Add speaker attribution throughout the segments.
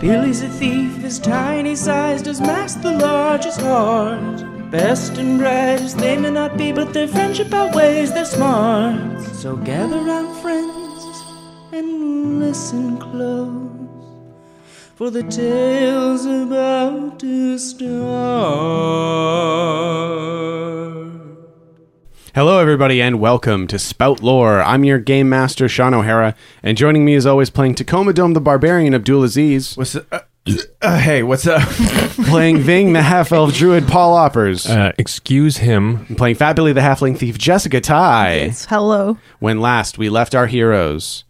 Speaker 1: Billy's a thief, his tiny size does mask the largest heart. Best and brightest they may not be, but their friendship outweighs their smarts. So gather round, friends, and listen close, for the tale's about to start.
Speaker 2: Hello, everybody, and welcome to Spout Lore. I'm your game master, Sean O'Hara, and joining me, as always, playing Tacoma Dome the Barbarian, Abdul Aziz,
Speaker 3: What's up? Uh, uh, hey, what's up?
Speaker 2: playing Ving the Half Elf Druid, Paul Oppers,
Speaker 4: Uh, excuse him.
Speaker 2: and playing Fat Billy the Halfling Thief, Jessica Ty.
Speaker 5: Hello.
Speaker 2: When last we left our heroes,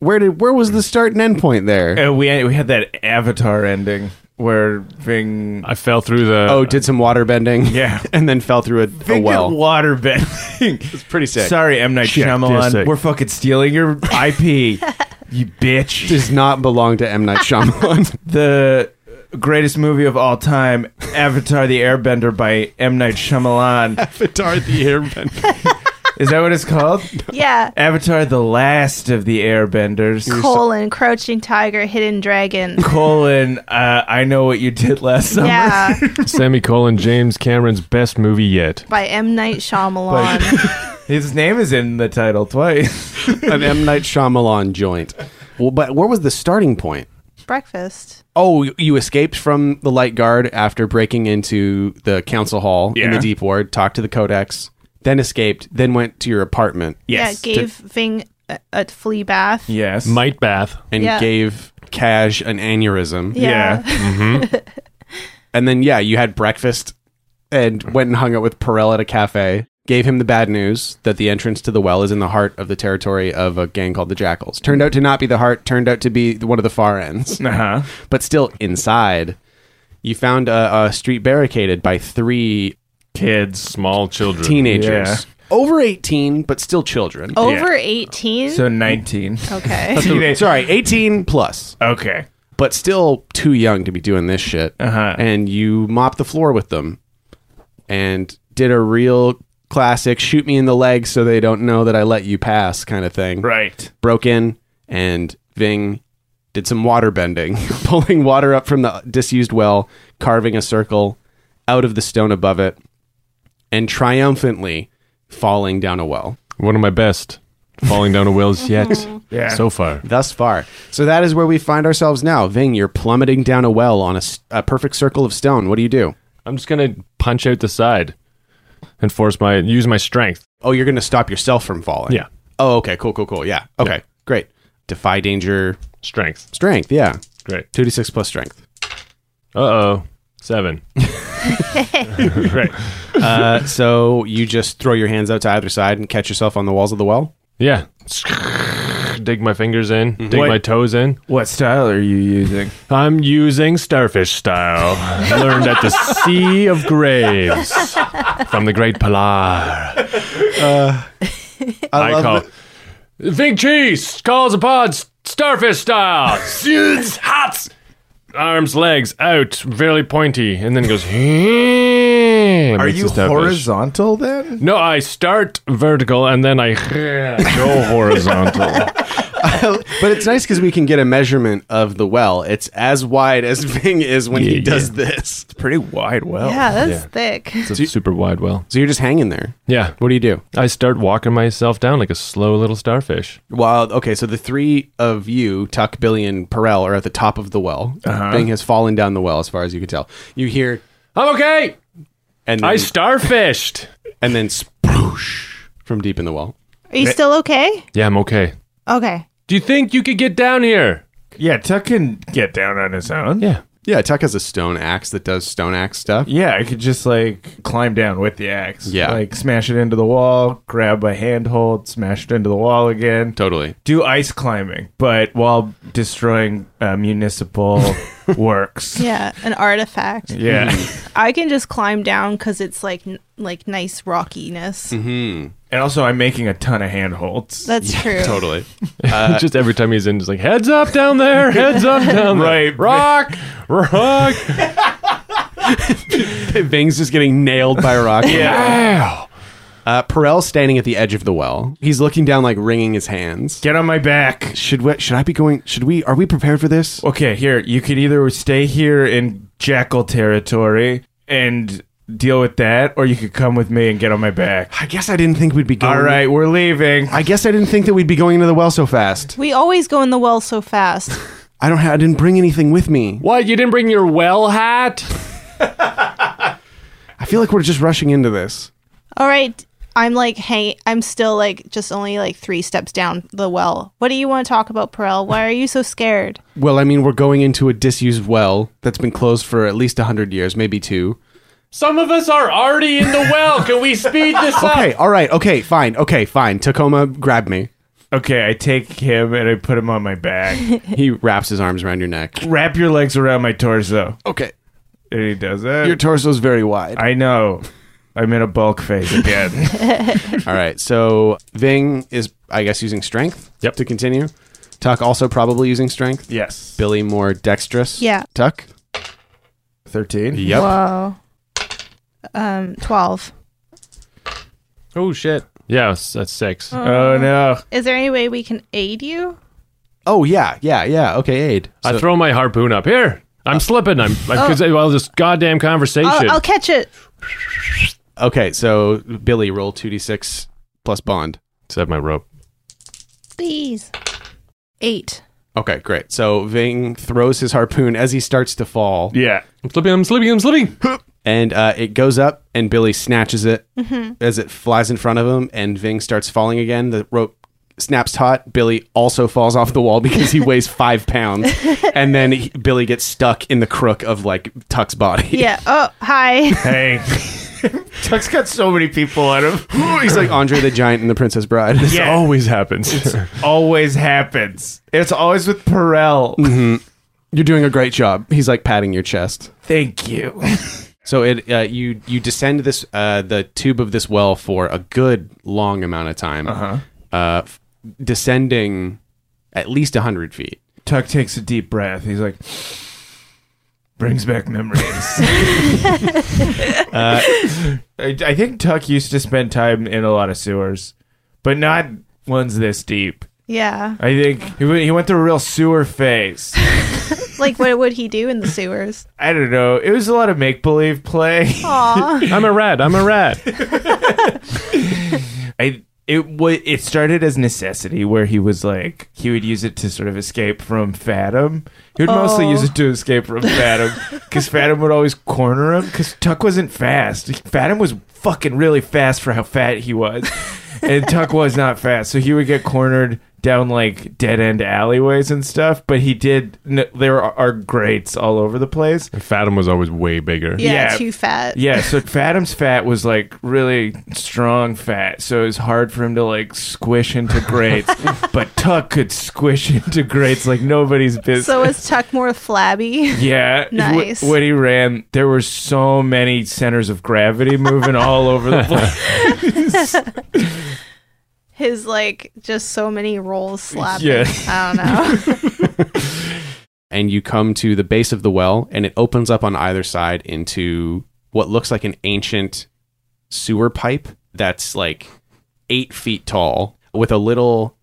Speaker 2: where did where was the start and end point there?
Speaker 3: Uh, we we had that Avatar ending where Ving
Speaker 4: I fell through the. uh,
Speaker 2: Oh, did some water bending,
Speaker 3: Yeah.
Speaker 2: and then fell through a, a
Speaker 3: Ving
Speaker 2: well.
Speaker 3: did water bending. it's
Speaker 2: pretty sick.
Speaker 3: Sorry, M Night
Speaker 4: Check this
Speaker 3: Shyamalan.
Speaker 4: out.
Speaker 3: We're fucking stealing your IP, you bitch.
Speaker 2: Does not belong to M Night Shyamalan.
Speaker 3: The greatest movie of all time, Avatar: The Airbender by M Night Shyamalan.
Speaker 2: Avatar the Airbender.
Speaker 3: Is that what it's called?
Speaker 5: Yeah.
Speaker 3: Avatar: The Last of the Airbenders.
Speaker 5: Colon, crouching tiger, hidden dragon.
Speaker 3: Colon, uh, I know what you did last summer.
Speaker 5: yeah.
Speaker 4: Semicolon James Cameron's best movie yet.
Speaker 5: By M. Night Shyamalan.
Speaker 3: His name is in the title twice.
Speaker 2: An M Night Shyamalan joint. Well, but where was the starting point?
Speaker 5: Breakfast.
Speaker 2: Oh, you- you escaped from the light guard after breaking into the council hall in the
Speaker 3: Yeah.
Speaker 2: deep ward, talked to the codex, then escaped, then went to your apartment
Speaker 3: Yes.
Speaker 5: Yeah, gave Ving a, a flea bath.
Speaker 3: Yes.
Speaker 4: Might Bath.
Speaker 2: and
Speaker 5: Yeah.
Speaker 2: gave Cash an aneurysm.
Speaker 3: Yeah.
Speaker 2: And then yeah, you had breakfast and went and hung out with Perel at a cafe. Gave him the bad news that the entrance to the well is in the heart of the territory of a gang called the Jackals. Turned out to not be the heart, turned out to be one of the far ends.
Speaker 3: Uh huh.
Speaker 2: But still inside, you found a, a street barricaded by three
Speaker 3: Kids.
Speaker 4: Small children.
Speaker 2: teenagers
Speaker 3: Yeah. Oh,
Speaker 2: over 18 but still children
Speaker 5: Over 18?
Speaker 3: So 19.
Speaker 5: okay.
Speaker 2: Teenage- sorry 18 plus
Speaker 3: Okay.
Speaker 2: but still too young to be doing this shit
Speaker 3: Uh-huh.
Speaker 2: and you mopped the floor with them and did a real classic shoot me in the leg so they don't know that i let you pass kind of thing
Speaker 3: Right.
Speaker 2: broke in and ving did some water bending pulling water up from the disused well carving a circle out of the stone above it and triumphantly falling down a well
Speaker 4: One of my best. Falling down a wells yet.
Speaker 3: Yeah.
Speaker 4: So far.
Speaker 2: thus far. So that is where we find ourselves now. Ving, you're plummeting down a well on a, s- a perfect circle of stone. What do you do?
Speaker 4: I'm just going to punch out the side and force my. use my strength.
Speaker 2: Oh, you're going to stop yourself from falling.
Speaker 4: Yeah.
Speaker 2: Oh, okay. Cool, cool, cool. Yeah. Okay.
Speaker 4: Yeah.
Speaker 2: Great. Defy danger.
Speaker 4: Strength.
Speaker 2: Strength. Yeah.
Speaker 4: Great.
Speaker 2: 2d6 plus strength.
Speaker 4: Uh oh. Seven.
Speaker 2: Uh, so you just throw your hands out to either side and catch yourself on the walls of the well?
Speaker 4: Yeah. Dig my fingers in, dig
Speaker 3: What?
Speaker 4: my toes in.
Speaker 3: What style are you using?
Speaker 4: I'm using starfish style, learned at the Sea of Graves from the Great Pilar. Uh, I, call Ving Cheese calls upon s- starfish style. Suits hops. Arms, legs out, really pointy, and then goes. Are
Speaker 3: Are you horizontal then?
Speaker 4: No, I start vertical and then I go horizontal.
Speaker 2: But it's nice because we can get a measurement of the well. It's as wide as Ving is when he
Speaker 4: Yeah,
Speaker 2: does this.
Speaker 3: Pretty wide well.
Speaker 5: yeah, that's thick.
Speaker 4: It's a super wide well.
Speaker 2: So you're just hanging there.
Speaker 4: Yeah,
Speaker 2: What do you do?
Speaker 4: I start walking myself down like a slow little starfish.
Speaker 2: Well, okay, so the three of you, Tuck, Billy, and Perel, are at the top of the well. Bing has fallen down the well, as far as you can tell. You hear,
Speaker 4: I'm okay.
Speaker 2: and then,
Speaker 4: I starfished.
Speaker 2: and then sploosh from deep in the well.
Speaker 5: Are you still okay?
Speaker 4: yeah, I'm okay.
Speaker 5: Okay.
Speaker 4: Do you think you could get down here?
Speaker 3: Yeah, Tuck can get down on his own.
Speaker 4: Yeah.
Speaker 2: Yeah, Tuck has a stone axe that does stone axe stuff.
Speaker 3: Yeah, I could just like climb down with the axe.
Speaker 2: Yeah.
Speaker 3: Like smash it into the wall, grab a handhold, smash it into the wall again.
Speaker 2: Totally.
Speaker 3: Do ice climbing, but while destroying uh, municipal works.
Speaker 5: Yeah, an artifact.
Speaker 3: Yeah.
Speaker 5: I can just climb down because it's like n- like nice rockiness.
Speaker 3: and also, I'm making a ton of handholds.
Speaker 5: That's true.
Speaker 2: totally.
Speaker 4: just every time he's in, just like heads up down there, heads up down there,
Speaker 3: Right.
Speaker 4: rock, rock.
Speaker 2: Ving's just getting nailed by a rock.
Speaker 4: Ow.
Speaker 2: Uh, Perel's standing at the edge of the well. He's looking down, like wringing his hands.
Speaker 3: Get on my back.
Speaker 2: Should we, should I be going? Should we? Are we prepared for this?
Speaker 3: Okay, here you could either stay here in jackal territory and deal with that, or you could come with me and get on my back.
Speaker 2: I guess I didn't think we'd be going.
Speaker 3: All right, we're leaving.
Speaker 2: I guess I didn't think that we'd be going into the well so fast.
Speaker 5: We always go in the well so fast.
Speaker 2: I don't. Ha- I didn't bring anything with me.
Speaker 4: What? You didn't bring your well hat?
Speaker 2: I feel like we're just rushing into this.
Speaker 5: All right, I'm like, hey, I'm still like just only like three steps down the well. What do you want to talk about, Perel? Why are you so scared?
Speaker 2: Well, I mean, we're going into a disused well that's been closed for at least hundred years, maybe two.
Speaker 4: Some of us are already in the well. Can we speed this up?
Speaker 2: Okay. All right. Okay. Fine. Okay. Fine. Tacoma, grab me.
Speaker 3: Okay, I take him and I put him on my back.
Speaker 2: He wraps his arms around your neck.
Speaker 3: Wrap your legs around my torso.
Speaker 2: Okay.
Speaker 3: And he does it.
Speaker 2: Your torso's very wide.
Speaker 3: I know. I'm in a bulk phase again.
Speaker 2: All right. So Ving is, I guess, using strength.
Speaker 4: Yep.
Speaker 2: To continue. Tuck also probably using strength.
Speaker 3: yes.
Speaker 2: Billy more dexterous.
Speaker 5: Yeah.
Speaker 2: Tuck.
Speaker 3: 13.
Speaker 2: Yep.
Speaker 5: Whoa. Um, twelve.
Speaker 2: Oh shit.
Speaker 4: Yeah, s- that's six.
Speaker 3: Oh no.
Speaker 5: Is there any way we can aid you?
Speaker 2: Oh yeah, yeah, yeah. Okay, aid.
Speaker 4: I
Speaker 2: So-
Speaker 4: throw my harpoon up here. I'm slipping. I'm
Speaker 5: Oh.
Speaker 4: because well, this goddamn conversation.
Speaker 5: I'll, I'll catch it.
Speaker 2: okay, so Billy, roll two d six plus bond.
Speaker 4: Except my rope.
Speaker 5: Please. Eight.
Speaker 2: Okay, great. So Ving throws his harpoon as he starts to fall,
Speaker 3: Yeah.
Speaker 4: I'm slipping. I'm slipping. I'm slipping.
Speaker 2: and uh, it goes up, and Billy snatches it as it flies in front of him, and Ving starts falling again. The rope snaps taut. Billy also falls off the wall because he weighs five pounds, and then he, Billy gets stuck in the crook of like Tuck's body.
Speaker 5: Yeah. Oh, hi.
Speaker 3: Hey. Tuck's got so many people on him.
Speaker 2: He's like Andre the Giant in The Princess Bride.
Speaker 3: Yeah.
Speaker 4: Always happens.
Speaker 3: Always happens. It's always with Perel.
Speaker 2: You're doing a great job. He's like patting your chest.
Speaker 3: Thank you.
Speaker 2: So it uh, you you descend this uh, the tube of this well for a good long amount of time, uh-huh. descending at least hundred feet.
Speaker 3: Tuck takes a deep breath. He's like, brings back memories. Uh, I, I think Tuck used to spend time in a lot of sewers, but not ones this deep.
Speaker 5: Yeah.
Speaker 3: I think he, went- he went through a real sewer phase.
Speaker 5: Like, what would he do in the sewers?
Speaker 3: I don't know. It was a lot of make believe play.
Speaker 5: Aw.
Speaker 4: I'm a rat. I'm a rat.
Speaker 3: I it wa- it started as necessity where he was like he would use it to sort of escape from Fathom. He would mostly
Speaker 5: Oh.
Speaker 3: use it to escape from Fathom because Fathom would always corner him because Tuck wasn't fast. Fathom was fucking really fast for how fat he was, and Tuck was not fast, so he would get cornered down like dead end alleyways and stuff. But he did. n there are, are grates all over the place.
Speaker 4: Fathom was always way bigger.
Speaker 5: Yeah,
Speaker 3: Yeah.
Speaker 5: Too fat.
Speaker 3: Yeah, so Fathom's fat was like really strong fat, so it was hard for him to like squish into grates. but Tuck could squish into grates like nobody's business.
Speaker 5: So is Tuck more flabby?
Speaker 3: yeah, wh-
Speaker 5: Nice.
Speaker 3: when he ran, there were so many centers of gravity moving all over the place.
Speaker 5: His like just so many rolls slapped.
Speaker 3: Yeah.
Speaker 5: I don't know.
Speaker 2: And you come to the base of the well, and it opens up on either side into what looks like an ancient sewer pipe that's like eight feet tall, with a little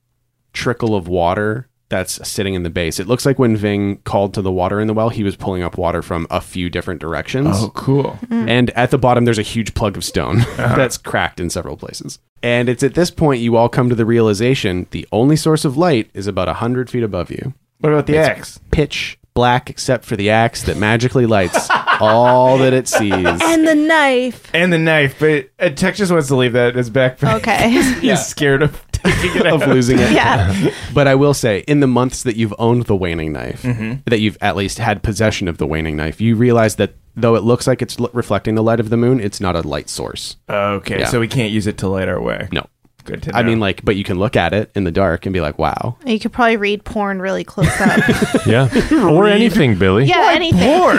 Speaker 2: trickle of water that's sitting in the base. It looks like when Ving called to the water in the well, he was pulling up water from a few different directions.
Speaker 3: Oh, cool.
Speaker 2: And at the bottom, there's a huge plug of stone that's cracked in several places. And it's at this point you all come to the realization the only source of light is about 100 feet above you.
Speaker 3: What about the axe?
Speaker 2: Pitch black, except for the axe that magically lights all that it sees.
Speaker 5: and the knife.
Speaker 3: And the knife, but uh, Tuck just wants to leave that in his backpack.
Speaker 5: Okay.
Speaker 3: He's scared of taking it out.
Speaker 2: Of losing it.
Speaker 5: yeah.
Speaker 2: But I will say, in the months that you've owned the waning knife, that you've at least had possession of the waning knife, you realize that though it looks like
Speaker 3: Oh.
Speaker 2: it's l- reflecting the light of the moon, it's not a light source.
Speaker 3: Okay,
Speaker 2: Yeah.
Speaker 3: so we can't use it to light our way.
Speaker 2: No.
Speaker 3: Good to know.
Speaker 2: I mean, like, but you can look at it in the dark and be like, wow.
Speaker 5: You could probably read porn really close up.
Speaker 4: Yeah. or anything, Billy.
Speaker 5: yeah, anything.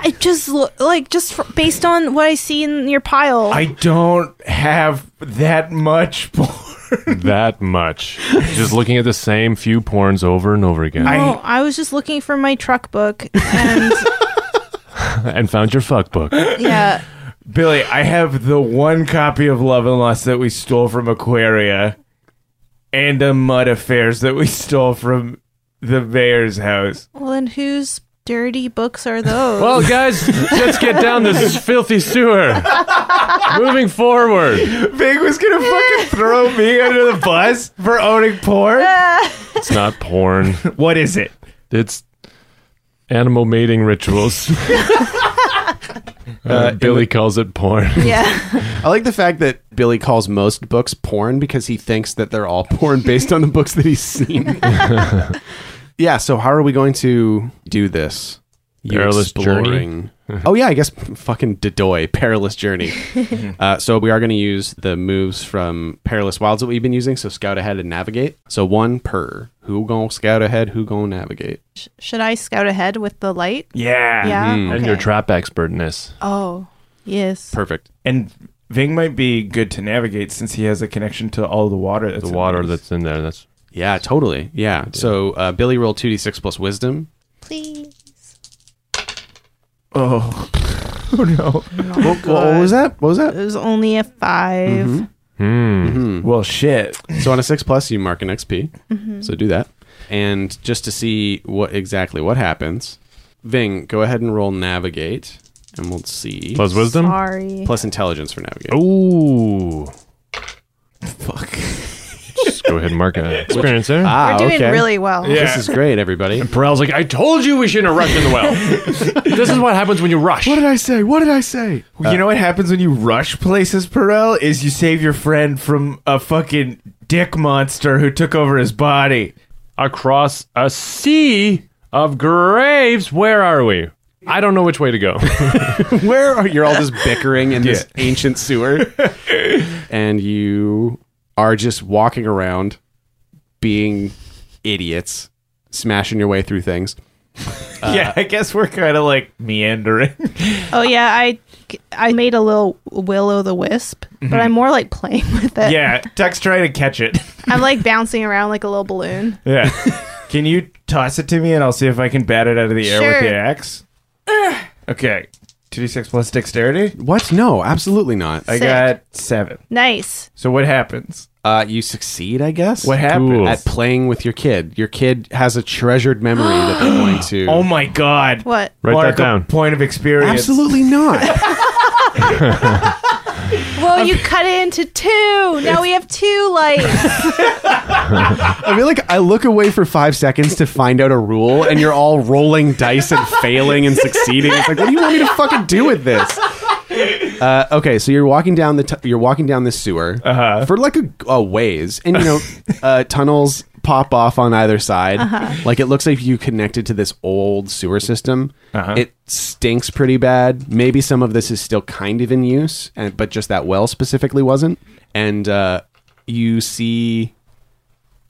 Speaker 5: I just look like just fr- based on what I see in your pile.
Speaker 3: I don't have that much porn.
Speaker 4: That much. Just looking at the same few porns over and over again.
Speaker 3: I-
Speaker 5: Oh, I was just looking for my truck book, and
Speaker 4: and found your fuck book.
Speaker 5: yeah,
Speaker 3: Billy, I have the one copy of Love and Lust that we stole from Aquaria and a Mud Affairs that we stole from the mayor's house.
Speaker 5: well, then whose dirty books are those?
Speaker 4: Well, guys, let's get down this filthy sewer. Moving forward.
Speaker 3: Vig was gonna fucking throw me under the bus for owning porn.
Speaker 4: It's not porn.
Speaker 3: What is it?
Speaker 4: It's animal mating rituals. Uh, Billy calls it porn.
Speaker 5: yeah,
Speaker 2: I like the fact that Billy calls most books porn because he thinks that they're all porn based on the books that he's seen. yeah, so how are we going to do this? You
Speaker 4: Perilous
Speaker 2: exploring- oh yeah, I guess fucking Dedoy, perilous journey. uh, so we are going to use the moves from perilous wilds that we've been using. So scout ahead and navigate. So one per. Who gonna scout ahead? Who gonna navigate?
Speaker 5: Sh- should I scout ahead with the light?
Speaker 3: Yeah.
Speaker 5: Yeah,
Speaker 4: And
Speaker 5: okay.
Speaker 4: your trap expertness.
Speaker 5: Oh, yes.
Speaker 2: Perfect.
Speaker 3: And Ving might be good to navigate since he has a connection to all the water. That's
Speaker 4: The
Speaker 3: in
Speaker 4: water
Speaker 3: this.
Speaker 4: that's in there. That's
Speaker 2: Yeah, totally. Yeah. So uh, Billy rolled two d six plus wisdom.
Speaker 5: Please.
Speaker 3: oh. oh no.
Speaker 5: What,
Speaker 2: What was that? What was that?
Speaker 5: It was only a 5
Speaker 4: Hmm.
Speaker 3: Well, shit.
Speaker 2: So on a six plus, you mark an XP.
Speaker 5: Mm-hmm.
Speaker 2: So do that, and just to see what exactly what happens, Ving, go ahead and roll navigate, and we'll see
Speaker 4: plus wisdom.
Speaker 5: Sorry.
Speaker 2: plus intelligence for
Speaker 3: Oh,
Speaker 2: navigate.
Speaker 4: Ooh.
Speaker 3: Fuck.
Speaker 4: Just go ahead and mark an experience there.
Speaker 2: ah,
Speaker 5: We're doing
Speaker 2: okay.
Speaker 5: really well.
Speaker 2: This is great, everybody.
Speaker 4: Burrell's like, I told you we shouldn't rush in the well. this is what happens when you rush.
Speaker 2: did I say? What did I say?
Speaker 3: you know what happens when you rush places, Perel? Is you save your friend from a fucking dick monster who took over his body.
Speaker 4: Across a sea of graves. Where are we? I don't know which way to go.
Speaker 2: Where are you're all just bickering in this
Speaker 3: Yeah.
Speaker 2: ancient sewer, and you are just walking around, being idiots, smashing your way through things.
Speaker 3: yeah, I guess we're kind of like meandering.
Speaker 5: Oh yeah, I I made a little will o the wisp,
Speaker 2: Mm-hmm.
Speaker 5: but I'm more like playing with it.
Speaker 3: yeah, Tuck's trying to catch it.
Speaker 5: I'm like bouncing around like a little balloon.
Speaker 3: Yeah. can you toss it to me and I'll see if I can bat it out of the air with
Speaker 5: Sure.
Speaker 3: the axe? okay. 2d6 plus dexterity?
Speaker 2: What? No, absolutely not.
Speaker 3: I
Speaker 5: Sick.
Speaker 3: got seven.
Speaker 5: Nice.
Speaker 3: So what happens?
Speaker 2: Uh, you succeed, I guess.
Speaker 3: What happens?
Speaker 4: Cool.
Speaker 2: At playing with your kid. Your kid has a treasured memory that they're going to.
Speaker 3: Oh my god.
Speaker 5: What?
Speaker 4: Write
Speaker 3: Mark
Speaker 4: that down.
Speaker 3: A point of experience.
Speaker 2: Absolutely not.
Speaker 5: Well, you cut it into two. Now we have two lights.
Speaker 2: I feel like I look away for five seconds to find out a rule, and you're all rolling dice and failing and succeeding. It's like, what do you want me to fucking do with this? Uh, okay, so you're walking down the t- you're walking down this sewer for like a, a ways, and you know uh, tunnels pop off on either side. Like it looks like you connected to this old sewer system. It stinks pretty bad. Maybe some of this is still kind of in use, and but just that well specifically wasn't. And uh, you see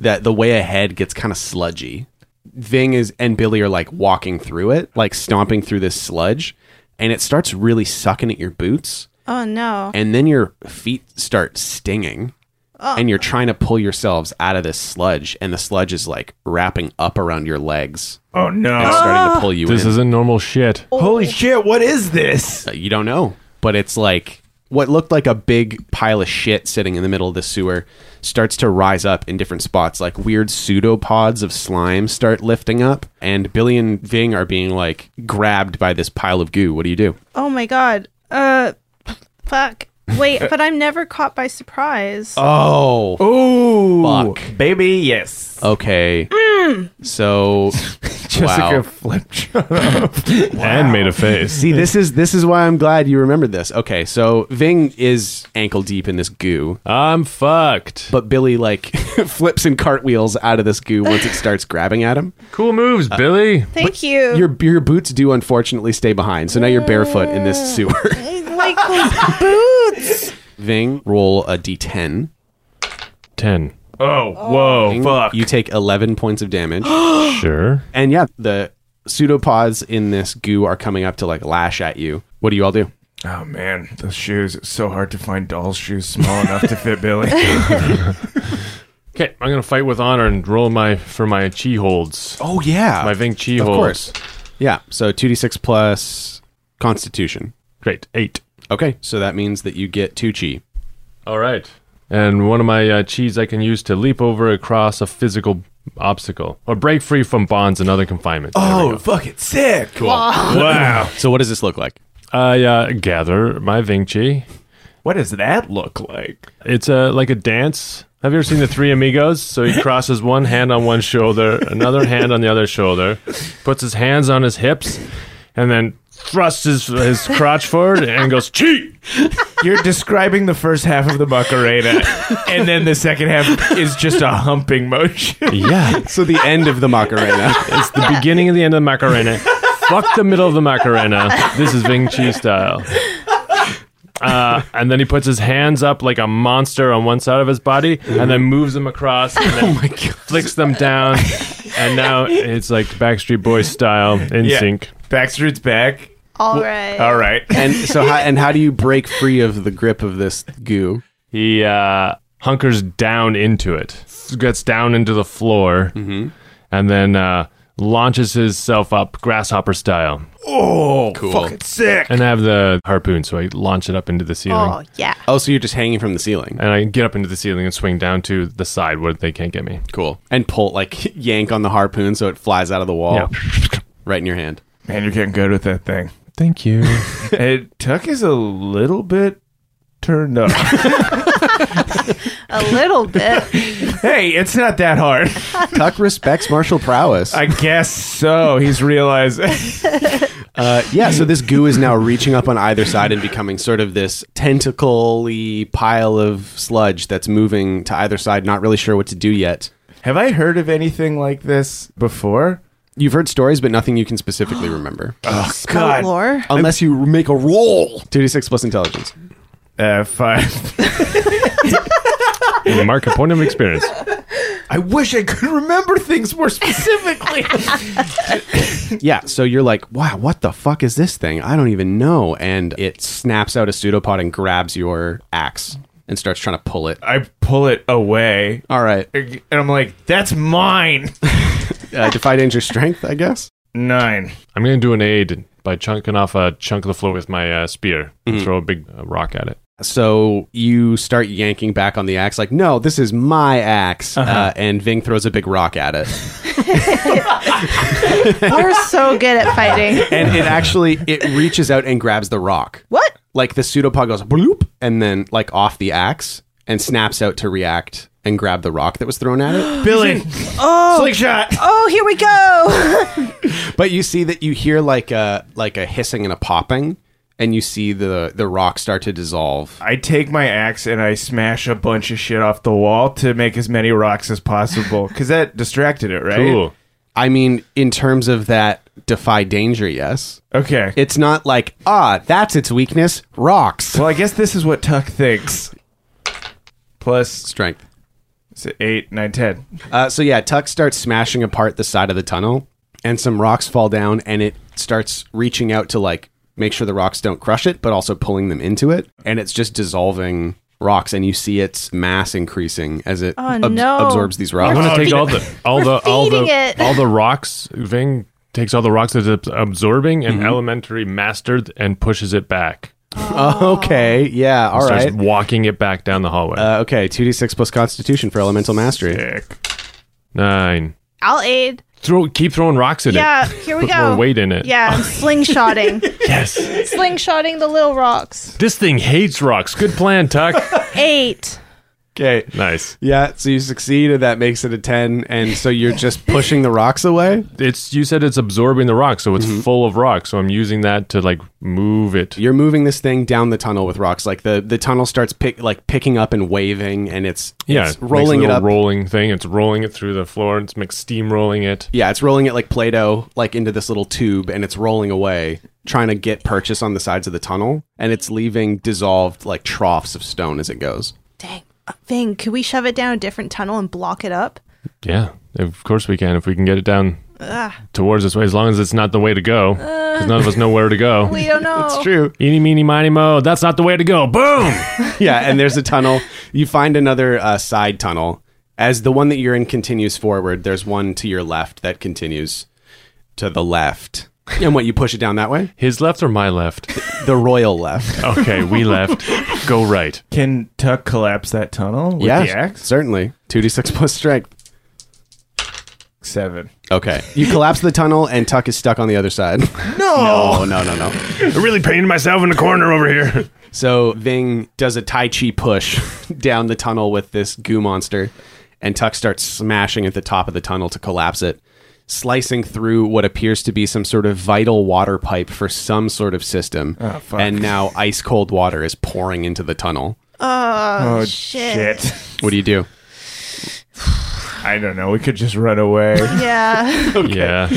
Speaker 2: that the way ahead gets kind of sludgy. Ving is and Billy are like walking through it, like stomping through this sludge, and it starts really sucking at your boots,
Speaker 5: Oh no.
Speaker 2: and then your feet start stinging. And you're trying to pull yourselves out of this sludge, and the sludge is like wrapping up around your legs
Speaker 3: Oh no.
Speaker 2: and starting to pull you
Speaker 4: this
Speaker 2: in.
Speaker 4: isn't normal shit.
Speaker 3: Holy shit, what is this?
Speaker 2: Uh, you don't know, but it's like what looked like a big pile of shit sitting in the middle of the sewer starts to rise up in different spots. Like weird pseudopods of slime start lifting up, and Billy and Ving are being like grabbed by this pile of goo. What do you do?
Speaker 5: Oh my god. Uh, fuck. Wait, but I'm never caught by surprise.
Speaker 2: Oh,
Speaker 3: Ooh.
Speaker 2: Fuck.
Speaker 3: Baby, yes.
Speaker 2: okay. So,
Speaker 3: Jessica
Speaker 2: wow.
Speaker 3: flipped.
Speaker 4: And made a face.
Speaker 2: See, this is this is why I'm glad you remembered this. Okay, so Ving is ankle deep in this goo,
Speaker 4: I'm fucked.
Speaker 2: but Billy like flips and cartwheels out of this goo once it starts grabbing at him.
Speaker 4: Cool moves, Billy.
Speaker 5: Thank you.
Speaker 2: your your boots do unfortunately stay behind, so now you're barefoot in this sewer.
Speaker 5: like those boots.
Speaker 2: Ving, roll a d10.
Speaker 4: 10.
Speaker 3: Oh, whoa, fuck.
Speaker 2: You take 11 points of damage.
Speaker 4: sure.
Speaker 2: and yeah, the pseudopods in this goo are coming up to like lash at you. What do you all do?
Speaker 3: oh man, those shoes. It's so hard to find doll's shoes small enough to fit Billy.
Speaker 4: Okay, I'm going to fight with honor and roll my for my chi holds.
Speaker 2: Oh, yeah.
Speaker 4: My Ving chi
Speaker 2: of course.
Speaker 4: holds.
Speaker 2: Yeah. So 2d6 plus constitution.
Speaker 4: Great. 8.
Speaker 2: Okay. So that means that you get two chi.
Speaker 4: All right. And one of my uh, chis I can use to leap over across a physical obstacle or break free from bonds and other confinements. There we
Speaker 3: oh,
Speaker 4: go.
Speaker 3: fuck it, sick. Cool. Wow.
Speaker 2: So what does this look like?
Speaker 4: I uh, gather my Ving chi.
Speaker 3: what does that look like?
Speaker 4: It's a, like a dance. Have you ever seen the Three Amigos? So he crosses one hand on one shoulder, another hand on the other shoulder, puts his hands on his hips, and then thrusts his, his crotch forward and goes, Chi!
Speaker 3: You're describing the first half of the Macarena, and then the second half is just a humping motion.
Speaker 4: Yeah.
Speaker 2: So the end of the Macarena.
Speaker 4: It's the beginning and the end of the Macarena. Fuck the middle of the Macarena. This is Ving Chi style. Uh, and then he puts his hands up like a monster on one side of his body and then moves them across and then flicks them down. And now it's like Backstreet Boys style in
Speaker 3: Yeah.
Speaker 4: sync.
Speaker 3: Backstreet's back.
Speaker 5: All right.
Speaker 3: All right.
Speaker 2: and so how, and how do you break free of the grip of this goo?
Speaker 4: He uh, hunkers down into it, gets down into the floor, and then uh, launches himself up grasshopper style.
Speaker 3: Oh, fucking sick.
Speaker 4: And I have the harpoon, so I launch it up into the ceiling.
Speaker 5: Oh yeah.
Speaker 2: Oh, so you're just hanging from the ceiling.
Speaker 4: and I get up into the ceiling and swing down to the side where they can't get me.
Speaker 2: Cool. And pull like yank on the harpoon so it flies out of the wall right in your hand.
Speaker 3: Man, you're getting good with that thing.
Speaker 4: Thank you.
Speaker 3: And Tuck is a little bit turned up.
Speaker 5: A little bit.
Speaker 3: hey, it's not that hard.
Speaker 2: Tuck respects martial prowess.
Speaker 3: I guess so. He's realized.
Speaker 2: Uh, yeah, so this goo is now reaching up on either side and becoming sort of this tentacly pile of sludge that's moving to either side, not really sure what to do yet.
Speaker 3: Have I heard of anything like this before?
Speaker 2: You've heard stories, but nothing you can specifically remember.
Speaker 5: Smell lore.
Speaker 2: Unless you make a roll. 2d6 plus intelligence.
Speaker 3: Uh, five.
Speaker 4: Mark a point of experience.
Speaker 3: I wish I could remember things more specifically.
Speaker 2: Yeah, so you're like, wow, what the fuck is this thing? I don't even know. And it snaps out a pseudopod and grabs your axe and starts trying to pull it.
Speaker 3: I pull it away,
Speaker 2: All right.
Speaker 3: and I'm like, "That's mine."
Speaker 2: Uh, defy danger strength, I guess.
Speaker 3: Nine.
Speaker 4: I'm going to do an aid by chunking off a chunk of the floor with my uh, spear
Speaker 2: Mm-hmm.
Speaker 4: and throw a big uh, rock at it.
Speaker 2: So you start yanking back on the axe, like, no, this is my axe. uh and Ving throws a big rock at it.
Speaker 5: We're so good at fighting.
Speaker 2: and it actually, it reaches out and grabs the rock.
Speaker 5: What?
Speaker 2: Like the pseudopod goes bloop and then like off the axe and snaps out to react and grab the rock that was thrown at it.
Speaker 3: Billy. Oh, slingshot.
Speaker 5: Oh, here we go.
Speaker 2: But you see that you hear like a like a hissing and a popping, and you see the the rock start to dissolve.
Speaker 3: I take my axe and I smash a bunch of shit off the wall to make as many rocks as possible because that distracted it, right?
Speaker 4: Cool.
Speaker 2: I mean, in terms of that defy danger, yes.
Speaker 3: Okay.
Speaker 2: It's not like ah, that's its weakness, rocks.
Speaker 3: well, I guess this is what Tuck thinks. Plus
Speaker 2: Strength.
Speaker 3: is it eight, nine, ten.
Speaker 2: Uh, so yeah, Tuck starts smashing apart the side of the tunnel, and some rocks fall down, and it starts reaching out to like make sure the rocks don't crush it, but also pulling them into it, and it's just dissolving rocks, and you see its mass increasing as it abs-
Speaker 5: no.
Speaker 2: absorbs these rocks.
Speaker 4: I'm going to take
Speaker 5: feed-
Speaker 4: all the all
Speaker 5: We're
Speaker 4: the all the
Speaker 5: feeding it.
Speaker 4: all the rocks. Ving takes all the rocks that it's absorbing
Speaker 2: Mm-hmm.
Speaker 4: and elementary mastered and pushes it back.
Speaker 2: Okay,
Speaker 4: Um,
Speaker 2: yeah, all
Speaker 4: Starts
Speaker 2: right.
Speaker 4: walking it back down the hallway.
Speaker 2: Uh, okay, 2d6 plus Constitution for Elemental Mastery.
Speaker 4: Nine.
Speaker 5: I'll aid.
Speaker 4: Throw keep throwing rocks at
Speaker 5: Yeah,
Speaker 4: it.
Speaker 5: here we
Speaker 4: Put
Speaker 5: go.
Speaker 4: more weight in it.
Speaker 5: Yeah, I'm slingshotting.
Speaker 4: Yes.
Speaker 5: slingshotting the little rocks.
Speaker 4: This thing hates rocks. Good plan, Tuck.
Speaker 5: Eight.
Speaker 2: Okay.
Speaker 4: nice.
Speaker 2: Yeah, so you succeed, and that makes it a 10, and so you're just pushing the rocks away?
Speaker 4: It's you said it's absorbing the rock, so it's
Speaker 2: Mm-hmm.
Speaker 4: full of rock. So I'm using that to like move it.
Speaker 2: You're moving this thing down the tunnel with rocks. Like, the, the tunnel starts pick, like picking up and waving, and it's,
Speaker 4: Yeah,
Speaker 2: it's
Speaker 4: it makes a
Speaker 2: rolling it
Speaker 4: little
Speaker 2: up.
Speaker 4: rolling thing. It's rolling it through the floor. and It's like steamrolling it.
Speaker 2: yeah, it's rolling it like Play Doh, like into this little tube, and it's rolling away, trying to get purchase on the sides of the tunnel, and it's leaving dissolved, like troughs of stone as it goes.
Speaker 5: Dang. thing. Could we shove it down a different tunnel and block it up?
Speaker 4: Yeah, of course we can if we can get it down towards this way. As long as it's not the way to go, because none of us know where to go.
Speaker 5: We don't know.
Speaker 2: It's true.
Speaker 4: Eeny, meeny, miny, mo. That's not the way to go. Boom.
Speaker 2: yeah, and there's a tunnel. You find another uh, side tunnel. As the one that you're in continues forward, there's one to your left that continues to the left. And what you push it down that way?
Speaker 4: His left or my left?
Speaker 2: The royal left.
Speaker 3: Oh,
Speaker 4: Okay, we left. Go right.
Speaker 3: Can Tuck collapse that tunnel with
Speaker 2: yeah,
Speaker 3: the axe?
Speaker 2: certainly. 2d6 plus strength.
Speaker 3: Seven.
Speaker 2: Okay. You collapse the tunnel and Tuck is stuck on the other side. No. No, no, no, no.
Speaker 4: I really painted myself in the corner over here.
Speaker 2: So Ving does a Tai Chi push down the tunnel with this goo monster, and Tuck starts smashing at the top of the tunnel to collapse it, slicing through what appears to be some sort of vital water pipe for some sort of system.
Speaker 4: Ah,
Speaker 3: fuck.
Speaker 2: and now ice cold water is pouring into the tunnel.
Speaker 5: Oh,
Speaker 3: Oh,
Speaker 5: shit.
Speaker 3: shit.
Speaker 2: What do you do?
Speaker 3: I don't know. We could just run away.
Speaker 5: Yeah.
Speaker 4: Yeah.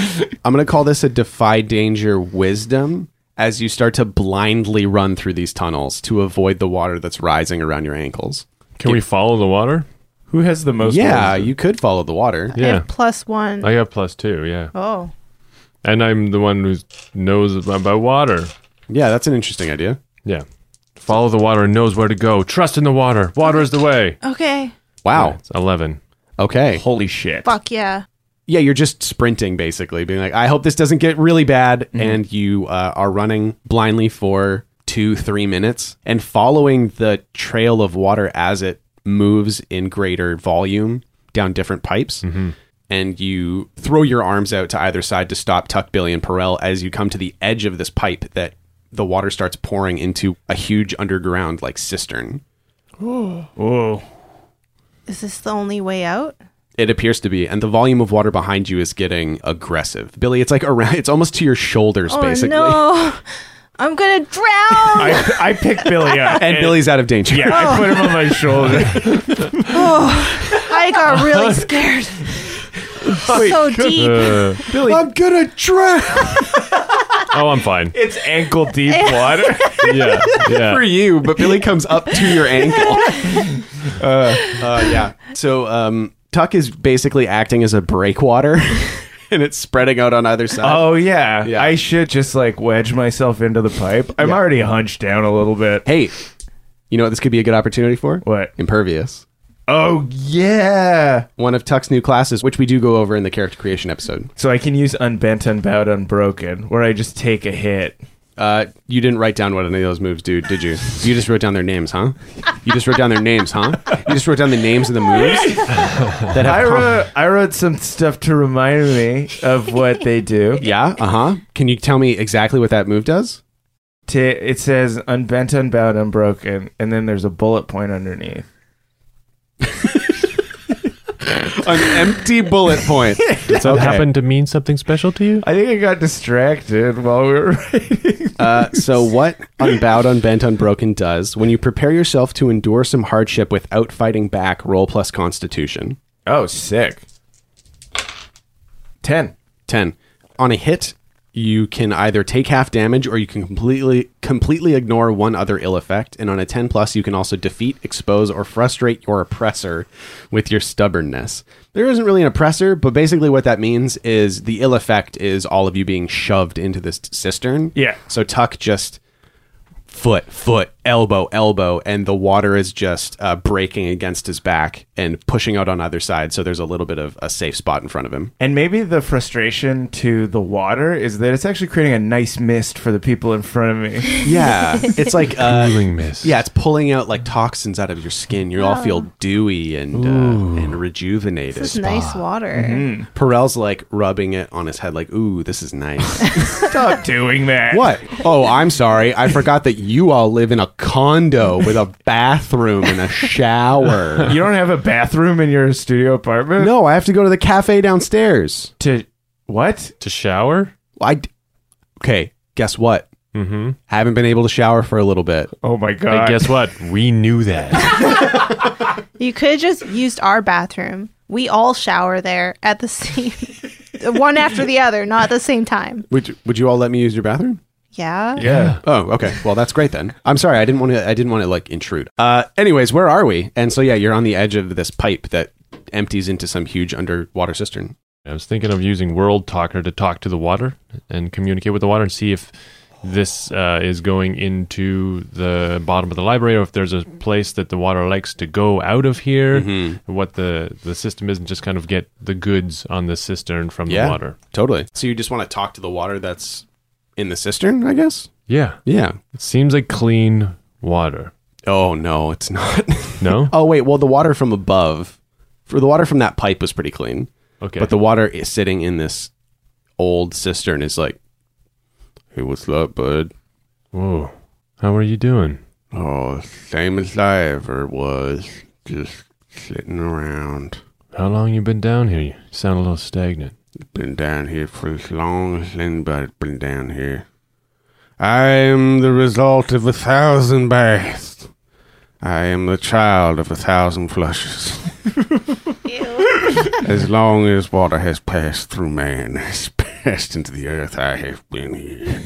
Speaker 2: I'm going to call this a defy danger wisdom as you start to blindly run through these tunnels to avoid the water that's rising around your ankles.
Speaker 4: Can we follow the water?
Speaker 3: Who has the most?
Speaker 2: Yeah,
Speaker 3: wisdom?
Speaker 2: you could follow the water.
Speaker 5: I
Speaker 4: Yeah.
Speaker 5: have plus one.
Speaker 4: I have plus two, yeah.
Speaker 5: oh.
Speaker 4: And I'm the one who knows about water.
Speaker 2: Yeah, that's an interesting idea.
Speaker 4: Yeah. Follow the water and knows where to go. Trust in the water. Water is the way.
Speaker 5: Okay.
Speaker 2: Wow.
Speaker 4: It's 11.
Speaker 2: Okay.
Speaker 3: Holy shit.
Speaker 5: Fuck yeah.
Speaker 2: yeah, you're just sprinting basically, being like, I hope this doesn't get really bad. And you uh, are running blindly for two, three minutes and following the trail of water as it moves in greater volume down different pipes. And you throw your arms out to either side to stop Tuck, Billy, and Perel as you come to the edge of this pipe that the water starts pouring into a huge underground like cistern.
Speaker 3: Whoa.
Speaker 5: Is this the only way out?
Speaker 2: It appears to be, and the volume of water behind you is getting aggressive. Billy, it's like around, it's almost to your shoulders, basically.
Speaker 5: Oh, no. I'm going to drown.
Speaker 3: I, I picked Billy up.
Speaker 2: And Billy's out of danger.
Speaker 5: Oh.
Speaker 3: Yeah, I put him on my shoulder.
Speaker 5: I got really scared. so deep.
Speaker 4: Uh,
Speaker 2: Billy, I'm gonna drown
Speaker 4: oh, I'm fine.
Speaker 3: It's ankle deep water.
Speaker 4: Yeah.
Speaker 3: Uh,
Speaker 4: Yeah.
Speaker 2: for you, but Billy comes up to your ankle. uh, yeah. So um, Tuck is basically acting as a breakwater, and it's spreading out on either side.
Speaker 3: Oh yeah.
Speaker 2: Yeah.
Speaker 3: I should just like wedge myself into the pipe. I'm already hunched down a little bit.
Speaker 2: Hey, you know what this could be a good opportunity for?
Speaker 3: What?
Speaker 2: Impervious.
Speaker 3: Oh yeah.
Speaker 2: One of Tuck's new classes, which we do go over in the character creation episode.
Speaker 3: So I can use unbent, unbowed, unbroken, where I just take a hit.
Speaker 2: Uh, you didn't write down what any of those moves do, did you? You just wrote down their names, huh? You just wrote down their names, huh? You just wrote down the names of the moves that
Speaker 3: I
Speaker 2: have. com-
Speaker 3: wrote, I wrote some stuff to remind me of what they do.
Speaker 2: yeah, uh huh. Can you tell me exactly what that move does?
Speaker 3: Ta- it says unbent, unbowed, unbroken, and then there's a bullet point underneath.
Speaker 2: An empty bullet point. It's
Speaker 4: That happened to mean something special to you?
Speaker 3: I think I got distracted while we were writing.
Speaker 2: Uh, so, what Unbowed, Unbent, Unbroken does when you prepare yourself to endure some hardship without fighting back, roll plus Constitution.
Speaker 3: Oh, sick. Ten.
Speaker 2: 10 on a hit you can either take half damage or you can completely completely ignore one other ill effect and on a 10 plus you can also defeat expose or frustrate your oppressor with your stubbornness there isn't really an oppressor but basically what that means is the ill effect is all of you being shoved into this cistern
Speaker 3: Yeah.
Speaker 2: so tuck just foot foot elbow elbow and the water is just uh, breaking against his back and pushing out on either side so there's a little bit of a safe spot in front of him
Speaker 3: And maybe the frustration to the water is that it's actually creating a nice mist for the people in front of me.
Speaker 2: Yeah, it's like uh,
Speaker 4: Cooling mist.
Speaker 2: yeah, it's pulling out like toxins out of your skin. You all feel dewy and uh, and rejuvenated.
Speaker 5: Oh. This is nice water.
Speaker 2: Perel's like rubbing it on his head, like, "Ooh, this is nice."
Speaker 3: Stop doing that.
Speaker 2: what? Oh, I'm sorry, I forgot that you all live in a condo with a bathroom and a shower.
Speaker 3: You don't have a bathroom in your studio apartment?
Speaker 2: no, I have to go to the cafe downstairs.
Speaker 3: To what?
Speaker 4: To shower?
Speaker 2: I d- okay. Guess what?
Speaker 4: Mm-hmm.
Speaker 2: Haven't been able to shower for a little bit.
Speaker 3: Oh my
Speaker 4: And
Speaker 3: god.
Speaker 4: guess what? We knew that.
Speaker 5: You could have just used our bathroom. We all shower there at the same one after the other, not at the same time.
Speaker 2: Would Would you all let me use your bathroom?
Speaker 5: Yeah.
Speaker 3: Yeah.
Speaker 2: Oh, okay. Well, that's great then. I'm sorry. I didn't want to. I didn't want to like intrude. Uh, anyways, where are we? And so yeah, you're on the edge of this pipe that empties into some huge underwater cistern.
Speaker 4: I was thinking of using World Talker to talk to the water and communicate with the water and see if this uh, is going into the bottom of the library or if there's a place that the water likes to go out of here. What the the system is, and just kind of get the goods on the cistern from
Speaker 2: Yeah.
Speaker 4: the water.
Speaker 2: Totally. So you just want to talk to the water that's in the cistern, I guess.
Speaker 4: Yeah,
Speaker 2: Yeah.
Speaker 4: it seems like clean water.
Speaker 2: Oh no, it's not.
Speaker 4: No,
Speaker 2: oh wait. Well, the water from above, for the water from that pipe was pretty clean,
Speaker 4: okay,
Speaker 2: but the water is sitting in this old cistern is like, hey, what's up, bud?
Speaker 4: whoa, how are you doing?
Speaker 2: Oh, same as I ever was, just sitting around.
Speaker 4: How long you been down here? You sound a little stagnant.
Speaker 2: Been down here for as long as anybody's been down here. I am the result of a thousand baths. I am the child of a thousand flushes. as long as water has passed through man, has passed into the earth, I have been here.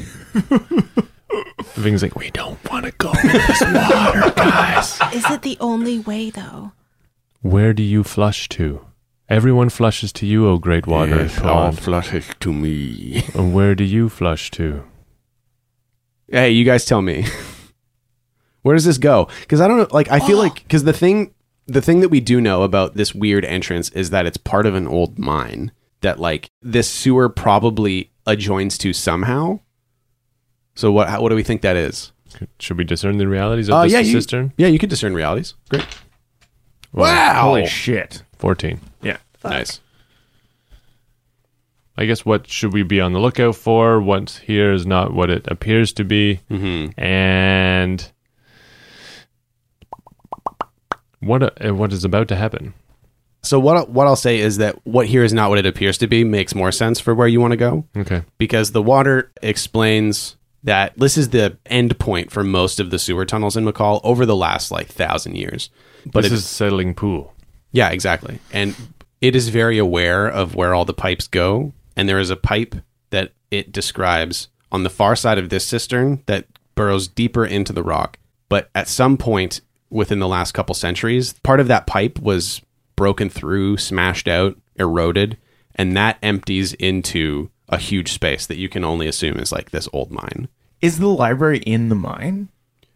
Speaker 4: Ving's like, we don't want to go in this water, guys.
Speaker 5: Is it the only way though?
Speaker 4: Where do you flush to? Everyone flushes to you, O great water
Speaker 2: Yes, all
Speaker 4: pond.
Speaker 2: flushes to me.
Speaker 4: And where do you flush to?
Speaker 2: hey you guys tell me where does this go because i don't know like i feel like because the thing the thing that we do know about this weird entrance is that it's part of an old mine that like this sewer probably adjoins to somehow so what how, what do we think that is Uh,
Speaker 4: Should we discern the realities of this
Speaker 2: yeah
Speaker 4: cistern?
Speaker 2: you, yeah you can discern realities great wow
Speaker 3: Holy shit.
Speaker 4: Fourteen.
Speaker 3: Yeah.
Speaker 2: nice
Speaker 4: I guess what should we be on the lookout for? What's here is not what it appears to be. Mm-hmm. And what uh, what is about to happen?
Speaker 2: so what what i'll say is that what here is not what it appears to be makes more sense for where you want to go
Speaker 4: Okay.
Speaker 2: because the water explains that this is the end point for most of the sewer tunnels in McCall over the last like thousand years. But
Speaker 4: this
Speaker 2: it,
Speaker 4: is settling pool.
Speaker 2: yeah, exactly. And it is very aware of where all the pipes go. And there is a pipe that it describes on the far side of this cistern that burrows deeper into the rock. But at some point within the last couple centuries, part of that pipe was broken through, smashed out, eroded, and that empties into a huge space that you can only assume is like this old mine.
Speaker 3: Is the library in the mine?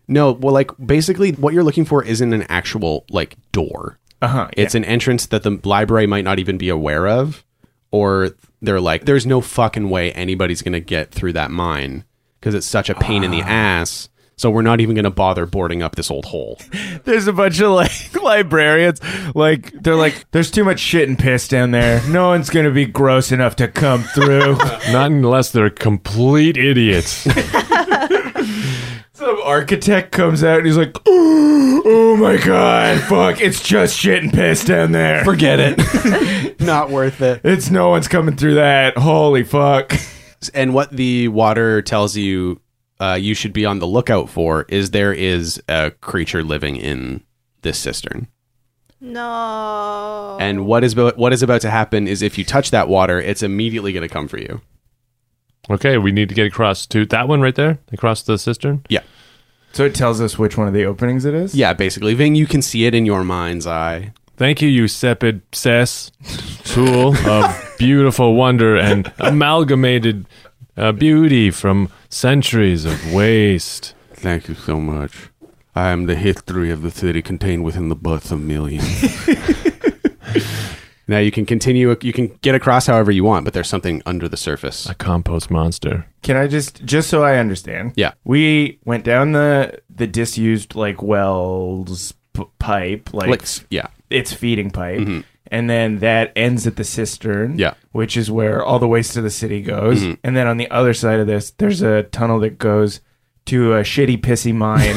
Speaker 2: No, well, like basically, what you're looking for isn't an actual like door.
Speaker 3: Uh huh.
Speaker 2: It's an entrance that the library might not even be aware of, or they're like, there's no fucking way anybody's going to get through that mine because it's such a pain in the ass. So we're not even going to bother boarding up this old hole.
Speaker 3: There's a bunch of like librarians, like they're like, there's too much shit and piss down there. No one's gonna be gross enough to come through.
Speaker 4: Not unless they're complete idiots.
Speaker 3: Some architect comes out and he's like, "Ooh, oh my god, fuck, it's just shit and piss down there.
Speaker 2: Forget it. not worth it.
Speaker 3: It's no one's coming through that. Holy fuck.
Speaker 2: and what the water tells you uh, you should be on the lookout for is there is a creature living in this cistern.
Speaker 5: No.
Speaker 2: And what is about, what is about to happen is if you touch that water, it's immediately going to come for you.
Speaker 4: okay, we need to get across to that one right there, across the cistern.
Speaker 2: Yeah.
Speaker 3: So it tells us which one of the openings it is?
Speaker 2: Yeah, basically. Ving, you can see it in your mind's eye.
Speaker 4: Thank you, you sepid cess tool of beautiful wonder and amalgamated uh, beauty from centuries of waste.
Speaker 2: Thank you so much. I am the history of the city contained within the butts of millions. now you can continue, you can get across however you want, but there's something under the surface.
Speaker 4: A compost monster.
Speaker 3: Can I just just so I understand?
Speaker 2: Yeah.
Speaker 3: We went down the the disused like wells p- pipe, like,
Speaker 2: Like, yeah.
Speaker 3: its feeding pipe. And then that ends at the cistern,
Speaker 2: Mm-hmm. Yeah. Mm-hmm.
Speaker 3: which is where all the waste of the city goes. And then on the other side of this, there's a tunnel that goes to a shitty, pissy mine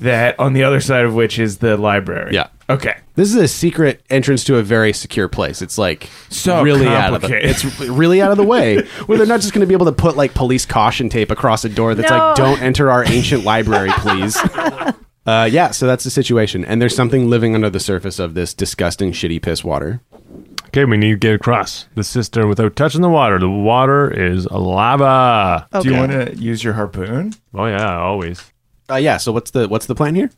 Speaker 3: that on the other side of which is the library.
Speaker 2: Yeah.
Speaker 3: Okay.
Speaker 2: This is a secret entrance to a very secure place. It's like
Speaker 3: So
Speaker 2: really out of the,
Speaker 3: complicated.
Speaker 2: it's really out of the way. Where they're not just going to be able to put like police caution tape across a door that's like
Speaker 5: No.
Speaker 2: "Don't enter our ancient library, please." Uh, yeah, so that's the situation, and there's something living under the surface of this disgusting, shitty piss water.
Speaker 4: Okay, we need to get across the cistern without touching the water. The water is lava.
Speaker 5: Okay.
Speaker 3: Do you want to use your harpoon?
Speaker 4: Oh yeah, always.
Speaker 2: Uh, yeah. So what's the what's the plan here?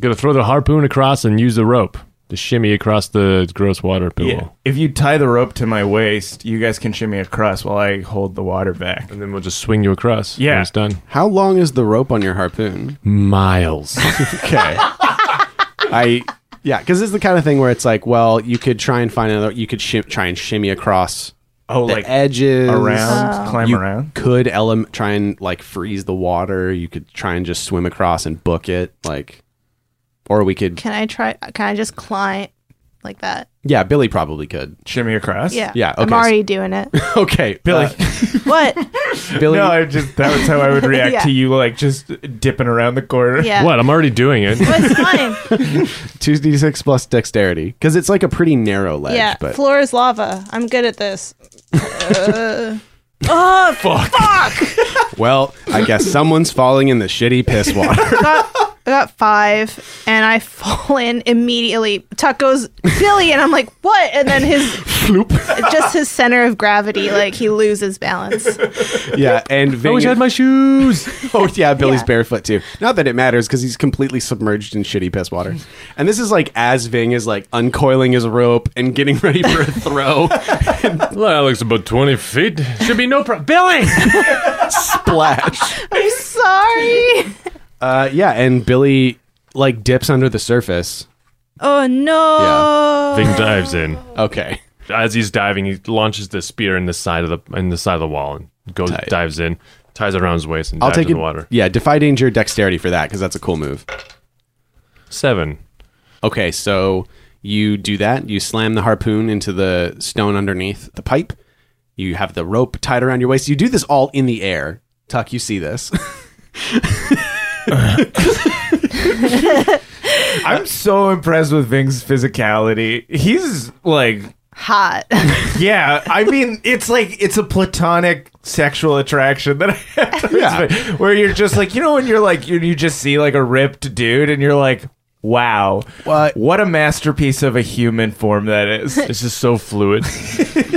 Speaker 4: Gonna throw the harpoon across and use the rope to shimmy across the gross water pool.
Speaker 3: If you tie the rope to my waist, you guys can shimmy across while I hold the water back.
Speaker 4: And then we'll just swing you across.
Speaker 3: Yeah.
Speaker 4: When it's done.
Speaker 2: How long is the rope on your harpoon?
Speaker 4: Miles.
Speaker 2: Okay. I yeah, because it's the kind of thing where it's like, well, you could try and find another. You could shim, try and shimmy across
Speaker 3: Oh,
Speaker 2: the
Speaker 3: like
Speaker 2: edges
Speaker 5: Oh.
Speaker 3: around, climb
Speaker 2: You
Speaker 3: around.
Speaker 2: Could ele- try and like freeze the water. You could try and just swim across and book it, like, or we could.
Speaker 5: Can I try? Can I just climb like that?
Speaker 2: Yeah, Billy probably could.
Speaker 3: Shimmy across.
Speaker 5: Yeah.
Speaker 2: Yeah,
Speaker 5: I'm
Speaker 2: okay,
Speaker 5: already doing it.
Speaker 2: Okay, uh,
Speaker 3: Billy.
Speaker 5: what?
Speaker 2: Billy,
Speaker 3: no, I just that was how I would react
Speaker 5: Yeah.
Speaker 3: to you, like just dipping around the corner.
Speaker 5: Yeah.
Speaker 4: what? I'm already doing it.
Speaker 5: But it's fine.
Speaker 2: two d six plus dexterity because it's like a pretty narrow ledge.
Speaker 5: yeah.
Speaker 2: but
Speaker 5: Floor is lava. I'm good at this. Uh, oh, fuck.
Speaker 2: well, I guess someone's falling in the shitty piss water.
Speaker 5: I got five and I fall in immediately. Tuck goes, Billy. And I'm like, what? And then his, just his center of gravity, like he loses balance.
Speaker 2: yeah, and
Speaker 4: I wish I
Speaker 2: Ving-
Speaker 4: had my shoes.
Speaker 2: Oh yeah, Billy's
Speaker 5: Yeah.
Speaker 2: barefoot too. Not that it matters because he's completely submerged in shitty piss water. And this is like as Ving is like uncoiling his rope and getting ready for a throw.
Speaker 4: Well, that looks about 20 feet. Should be no problem. Billy!
Speaker 2: Splash.
Speaker 5: I'm sorry.
Speaker 2: Uh, yeah, and Billy like dips under the surface.
Speaker 5: Oh, no.
Speaker 4: Ving dives in.
Speaker 2: Okay.
Speaker 4: As he's diving, he launches the spear in the side of the in the side of the wall and goes
Speaker 2: Tight.
Speaker 4: dives in, ties it around his waist, and
Speaker 2: I'll
Speaker 4: dives
Speaker 2: take it.
Speaker 4: in the water.
Speaker 2: Yeah, defy danger dexterity for that because that's a cool move.
Speaker 4: Seven.
Speaker 2: Okay, so you do that. You slam the harpoon into the stone underneath the pipe. You have the rope tied around your waist. You do this all in the air. Tuck, you see this.
Speaker 3: I'm so impressed with Ving's physicality. He's like,
Speaker 5: Hot.
Speaker 3: yeah. I mean, it's like it's a platonic sexual attraction that I have. to
Speaker 2: Yeah.
Speaker 3: explain, where you're just like, you know, when you're like, you, you just see like a ripped dude, and you're like, wow,
Speaker 2: What?
Speaker 3: what a masterpiece of a human form that is.
Speaker 4: This is so fluid.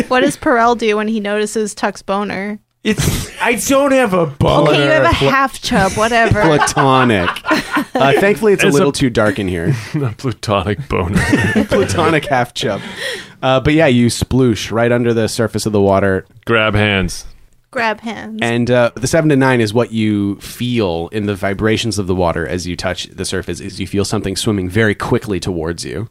Speaker 5: what does Perel do when he notices Tuck's boner?
Speaker 3: It's I don't have a boner.
Speaker 5: Okay, you have a half chub, whatever.
Speaker 2: platonic. Uh, thankfully, it's, a
Speaker 4: It's a-
Speaker 2: little too dark in here.
Speaker 4: a plutonic boner.
Speaker 2: platonic half chub. Uh, but yeah, you sploosh right under the surface of the water,
Speaker 4: Grab hands.
Speaker 5: Grab hands.
Speaker 2: and uh, the seven to nine is what you feel in the vibrations of the water as you touch the surface. Is you feel something swimming very quickly towards you,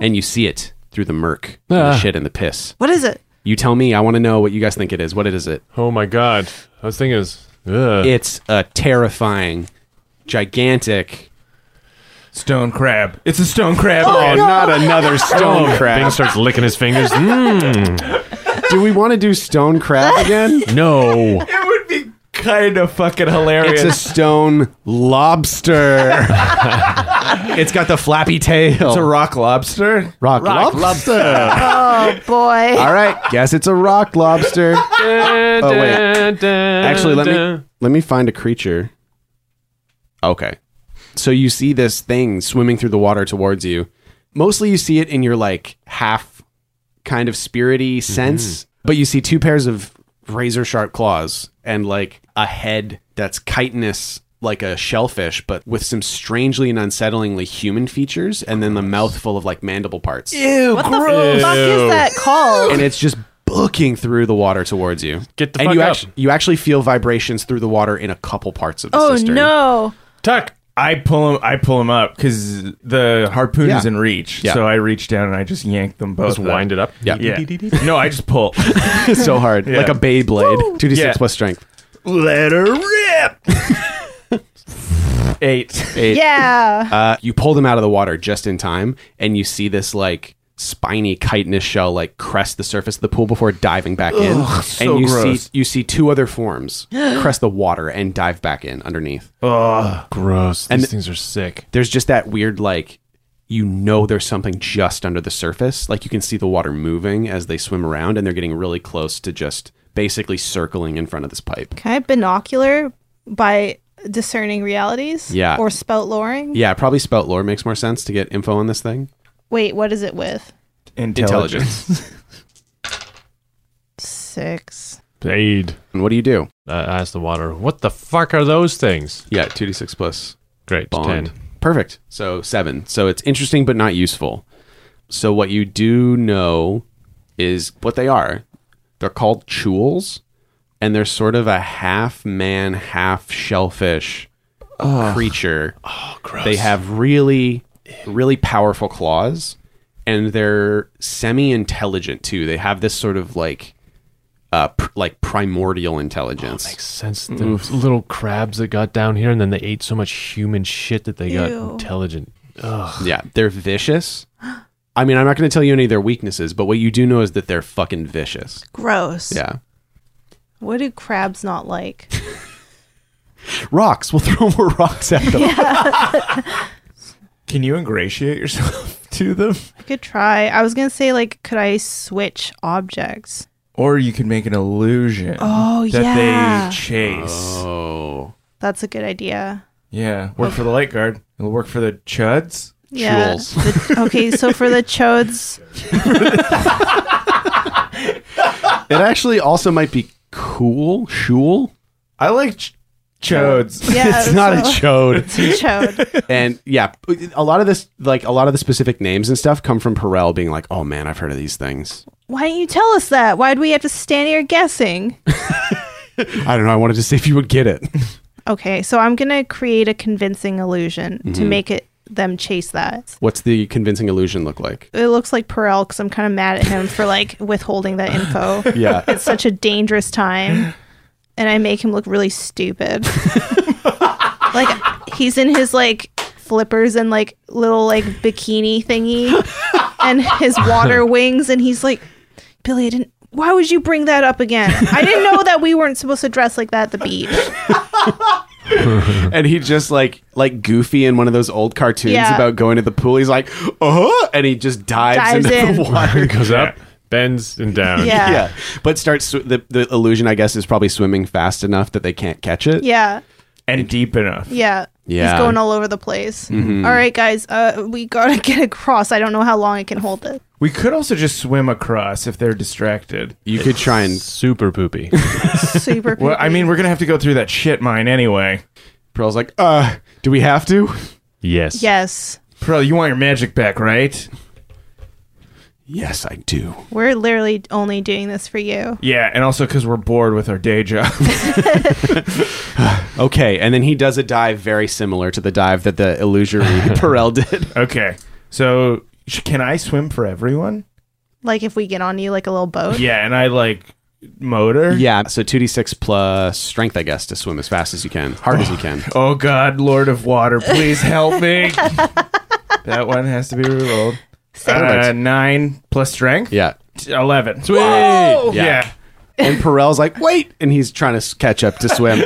Speaker 2: and you see it through the murk, and
Speaker 4: Ah.
Speaker 2: the shit, and the piss.
Speaker 5: what is it?
Speaker 2: You tell me. I want to know what you guys think it is. What is it?
Speaker 4: Oh my god. I was thinking, it was, ugh.
Speaker 2: It's a terrifying, gigantic.
Speaker 3: stone crab. It's a stone crab.
Speaker 2: Oh, not another stone
Speaker 4: Bing
Speaker 2: crab.
Speaker 4: starts licking his fingers. Mm,
Speaker 2: Do we want to do stone crab again?
Speaker 4: no.
Speaker 3: It would be kind of fucking hilarious.
Speaker 2: It's a stone lobster. it's got the flappy tail.
Speaker 3: It's a rock lobster.
Speaker 2: rock, lobster.
Speaker 5: Oh boy.
Speaker 2: All right, guess it's a rock lobster.
Speaker 4: oh
Speaker 2: wait. Actually, let me let me find a creature. Okay. So you see this thing swimming through the water towards you. Mostly you see it in your like half kind of spirity sense, but you see two pairs of razor sharp claws and like a head that's chitinous like a shellfish but with some strangely and unsettlingly human features and then the mouth full of like mandible parts.
Speaker 5: what the fuck is that called?
Speaker 2: and it's just booking through the water towards you.
Speaker 4: Get the
Speaker 2: and
Speaker 4: fuck
Speaker 2: you
Speaker 4: up.
Speaker 2: Actually, you actually feel vibrations through the water in a couple parts of the
Speaker 5: Oh
Speaker 2: cistern.
Speaker 5: no.
Speaker 4: Tuck.
Speaker 3: I pull him. I pull him up because the harpoon
Speaker 2: Yeah.
Speaker 3: is in reach.
Speaker 2: Yeah.
Speaker 3: So I reach down and I just yank them both.
Speaker 4: Just wind it up.
Speaker 2: Yeah.
Speaker 3: up. Yeah. no, I just pull.
Speaker 2: It's so hard. Like a Beyblade. 2d6
Speaker 3: Yeah.
Speaker 2: plus strength.
Speaker 3: Let her rip. Eight.
Speaker 2: Eight.
Speaker 5: Yeah.
Speaker 2: Uh, you pull them out of the water just in time, and you see this like spiny chitinous shell like crest the surface of the pool before diving back in. And
Speaker 3: so
Speaker 2: you
Speaker 3: gross.
Speaker 2: see you see two other forms crest the water and dive back in underneath.
Speaker 4: Gross. These
Speaker 2: And-
Speaker 4: things are sick.
Speaker 2: There's just that weird like you know there's something just under the surface. Like you can see the water moving as they swim around and they're getting really close to just basically circling in front of this pipe.
Speaker 5: Can I have binocular by discerning realities?
Speaker 2: Yeah.
Speaker 5: Or spout luring?
Speaker 2: Yeah, probably spout lore makes more sense to get info on this thing.
Speaker 5: Wait, what is it with?
Speaker 3: Intelligence.
Speaker 2: Intelligence.
Speaker 5: six.
Speaker 4: Aid.
Speaker 2: And what do you do?
Speaker 4: Uh, ask the water. What the fuck are those things?
Speaker 2: Yeah, 2d6 plus
Speaker 4: Great.
Speaker 2: bond.
Speaker 4: Ten.
Speaker 2: Perfect. So seven. So it's interesting but not useful. So what you do know is what they are. They're called chules, and they're sort of a half man, half shellfish creature. Oh, gross. They have really, really powerful claws, and they're semi-intelligent too. They have this sort of like, uh, pr- like primordial intelligence.
Speaker 4: Makes sense. The little crabs that got down here and then they ate so much human shit that they got
Speaker 5: Ew.
Speaker 4: intelligent.
Speaker 2: Yeah, they're vicious. I mean, I'm not going to tell you any of their weaknesses, but what you do know is that they're fucking vicious.
Speaker 5: Gross.
Speaker 2: Yeah.
Speaker 5: What do crabs not like?
Speaker 2: Rocks. We'll throw more rocks at them.
Speaker 3: Can you ingratiate yourself to them?
Speaker 5: I could try. I was gonna say like, could I switch objects?
Speaker 3: Or you can make an illusion
Speaker 2: Um,
Speaker 5: Oh,
Speaker 3: that
Speaker 5: yeah.
Speaker 3: they chase.
Speaker 4: Uh,
Speaker 2: Oh.
Speaker 5: That's a good idea.
Speaker 3: Yeah. Work for the light guard. It'll work for the chuds.
Speaker 5: Yeah.
Speaker 2: Chules.
Speaker 5: The- okay, so for the chodes,
Speaker 2: It actually also might be cool. Shul.
Speaker 3: I like ch- chods.
Speaker 5: yeah,
Speaker 2: it's not a
Speaker 5: so-
Speaker 2: chode.
Speaker 5: it's a chode.
Speaker 2: and yeah, a lot of this, like a lot of the specific names and stuff come from Perel being like, oh man, I've heard of these things.
Speaker 5: Why didn't you tell us that? Why'd we have to stand here guessing?
Speaker 2: I don't know. I wanted to see if you would get it.
Speaker 5: Okay, so I'm gonna create a convincing illusion to
Speaker 2: Mm-hmm.
Speaker 5: make it them chase that.
Speaker 2: What's the convincing illusion look like?
Speaker 5: It looks like Perel because I'm kind of mad at him for like withholding that info.
Speaker 2: Yeah.
Speaker 5: It's such a dangerous time, and I make him look really stupid. like he's in his like flippers and like little like bikini thingy, and his water wings, and he's like, Billy, I didn't. Why would you bring that up again? I didn't know that we weren't supposed to dress like that at the beach.
Speaker 2: and he just like like goofy in one of those old cartoons
Speaker 5: Yeah.
Speaker 2: about going to the pool he's like oh and he just dives,
Speaker 5: Dives
Speaker 2: into the
Speaker 5: in.
Speaker 2: water
Speaker 4: Goes up, bends, and down.
Speaker 5: Yeah.
Speaker 2: yeah but starts sw- the, the illusion i guess is probably swimming fast enough that they can't catch it
Speaker 5: Yeah.
Speaker 3: And deep enough.
Speaker 5: Yeah.
Speaker 2: Yeah.
Speaker 5: He's going all over the place. All right, guys, uh, we gotta get across. I don't know how long it can hold it.
Speaker 3: We could also just swim across if they're distracted.
Speaker 2: you could try and
Speaker 4: Super poopy.
Speaker 5: Super.
Speaker 3: Well, I
Speaker 5: poopy.
Speaker 3: mean, we're going to have to go through that shit mine anyway.
Speaker 2: pearl's like uh do we have to
Speaker 4: yes.
Speaker 5: yes,
Speaker 3: Pearl, you want your magic back, right?
Speaker 2: yes i do
Speaker 5: we're literally only doing this for you.
Speaker 3: Yeah, and also because we're bored with our day job.
Speaker 2: okay and then he does a dive very similar to the dive that the illusory Perel did
Speaker 3: okay. So, sh- can I swim for everyone?
Speaker 5: Like if we get on you like a little boat.
Speaker 3: Yeah, and I like motor.
Speaker 2: yeah so 2d6 plus strength i guess to swim as fast as you can hard as you can
Speaker 3: Oh God, Lord of Water, please help me. that one has to be rerolled. Uh, nine plus strength,
Speaker 2: yeah
Speaker 3: eleven.
Speaker 2: Whoa!
Speaker 3: Yeah.
Speaker 2: Yeah. And Perel's like, wait, and he's trying to s- catch up to swim.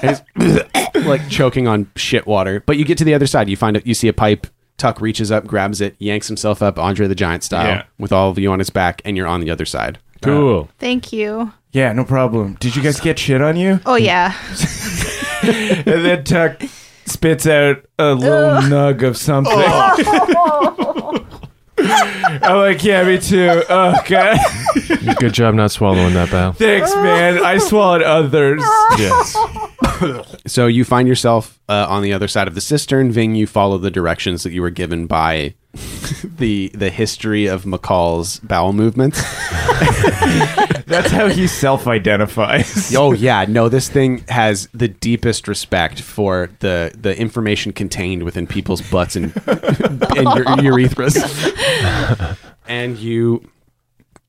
Speaker 2: And he's like choking on shit water. But you get to the other side, you find it, you see a pipe. Tuck reaches up, grabs it, yanks himself up, Andre the Giant style,
Speaker 3: Yeah.
Speaker 2: with all of you on his back, and you're on the other side.
Speaker 4: Cool.
Speaker 5: Thank you.
Speaker 3: yeah, no problem. Did you guys get shit on you?
Speaker 5: Oh yeah.
Speaker 3: and then Tuck spits out a little nug of something. I'm like, yeah, me too. Oh God,
Speaker 4: Good job not swallowing that, pal.
Speaker 3: thanks, man. I swallowed others.
Speaker 4: Yes.
Speaker 2: So you find yourself uh, on the other side of the cistern. Ving, you follow the directions that you were given by the the history of McCall's bowel movements.
Speaker 3: That's how he self-identifies.
Speaker 2: oh yeah, no, this thing has the deepest respect for the the information contained within people's butts and and your, urethras. and you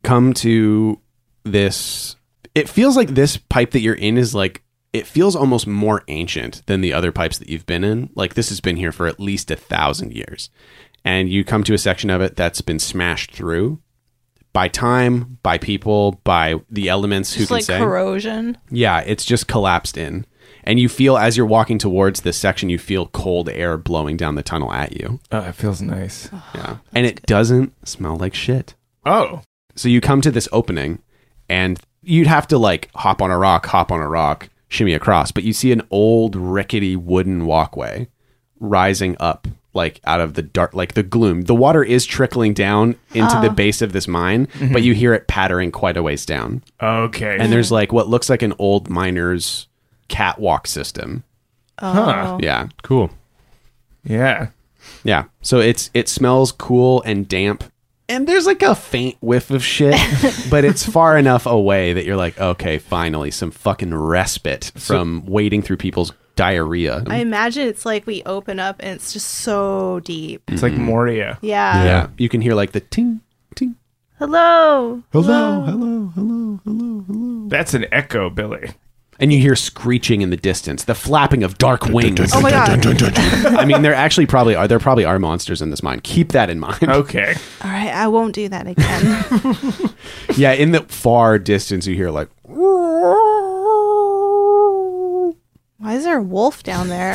Speaker 2: come to this. It feels like this pipe that you're in is like it feels almost more ancient than the other pipes that you've been in. Like this has been here for at least a thousand years. And you come to a section of it that's been smashed through by time, by people, by the elements. who
Speaker 6: Just
Speaker 2: can
Speaker 6: like
Speaker 2: say?
Speaker 6: corrosion.
Speaker 2: Yeah, it's just collapsed in. And you feel as you're walking towards this section, you feel cold air blowing down the tunnel at you.
Speaker 3: Oh, it feels nice.
Speaker 2: Yeah. And it doesn't smell like shit.
Speaker 3: Oh,
Speaker 2: So you come to this opening and you'd have to like hop on a rock, hop on a rock, shimmy across, but you see an old rickety wooden walkway rising up like out of the dark like the gloom the water is trickling down into the base of this mine but you hear it pattering quite a ways down
Speaker 3: Okay.
Speaker 2: and
Speaker 5: Mm.
Speaker 2: there's like what looks like an old miner's catwalk system
Speaker 3: huh.
Speaker 2: yeah
Speaker 4: Cool.
Speaker 3: Yeah.
Speaker 2: yeah so it's it smells cool and damp and there's like a faint whiff of shit but it's far enough away that you're like okay finally some fucking respite from wading through people's diarrhea
Speaker 5: I imagine it's like we open up and it's just so deep.
Speaker 3: It's like Moria.
Speaker 5: Yeah.
Speaker 2: Hmm. yeah you can hear like the ting ting
Speaker 5: Hello.
Speaker 2: hello hello hello hello hello
Speaker 3: That's an echo, Billy.
Speaker 2: and you hear screeching in the distance, the flapping of dark wings.
Speaker 5: Oh my god.
Speaker 2: I mean, there actually probably are there probably are monsters in this mine. Keep that in mind.
Speaker 3: Okay.
Speaker 5: All right, I won't do that again.
Speaker 2: Yeah, in the far distance, you hear like
Speaker 5: Why is there a wolf down there?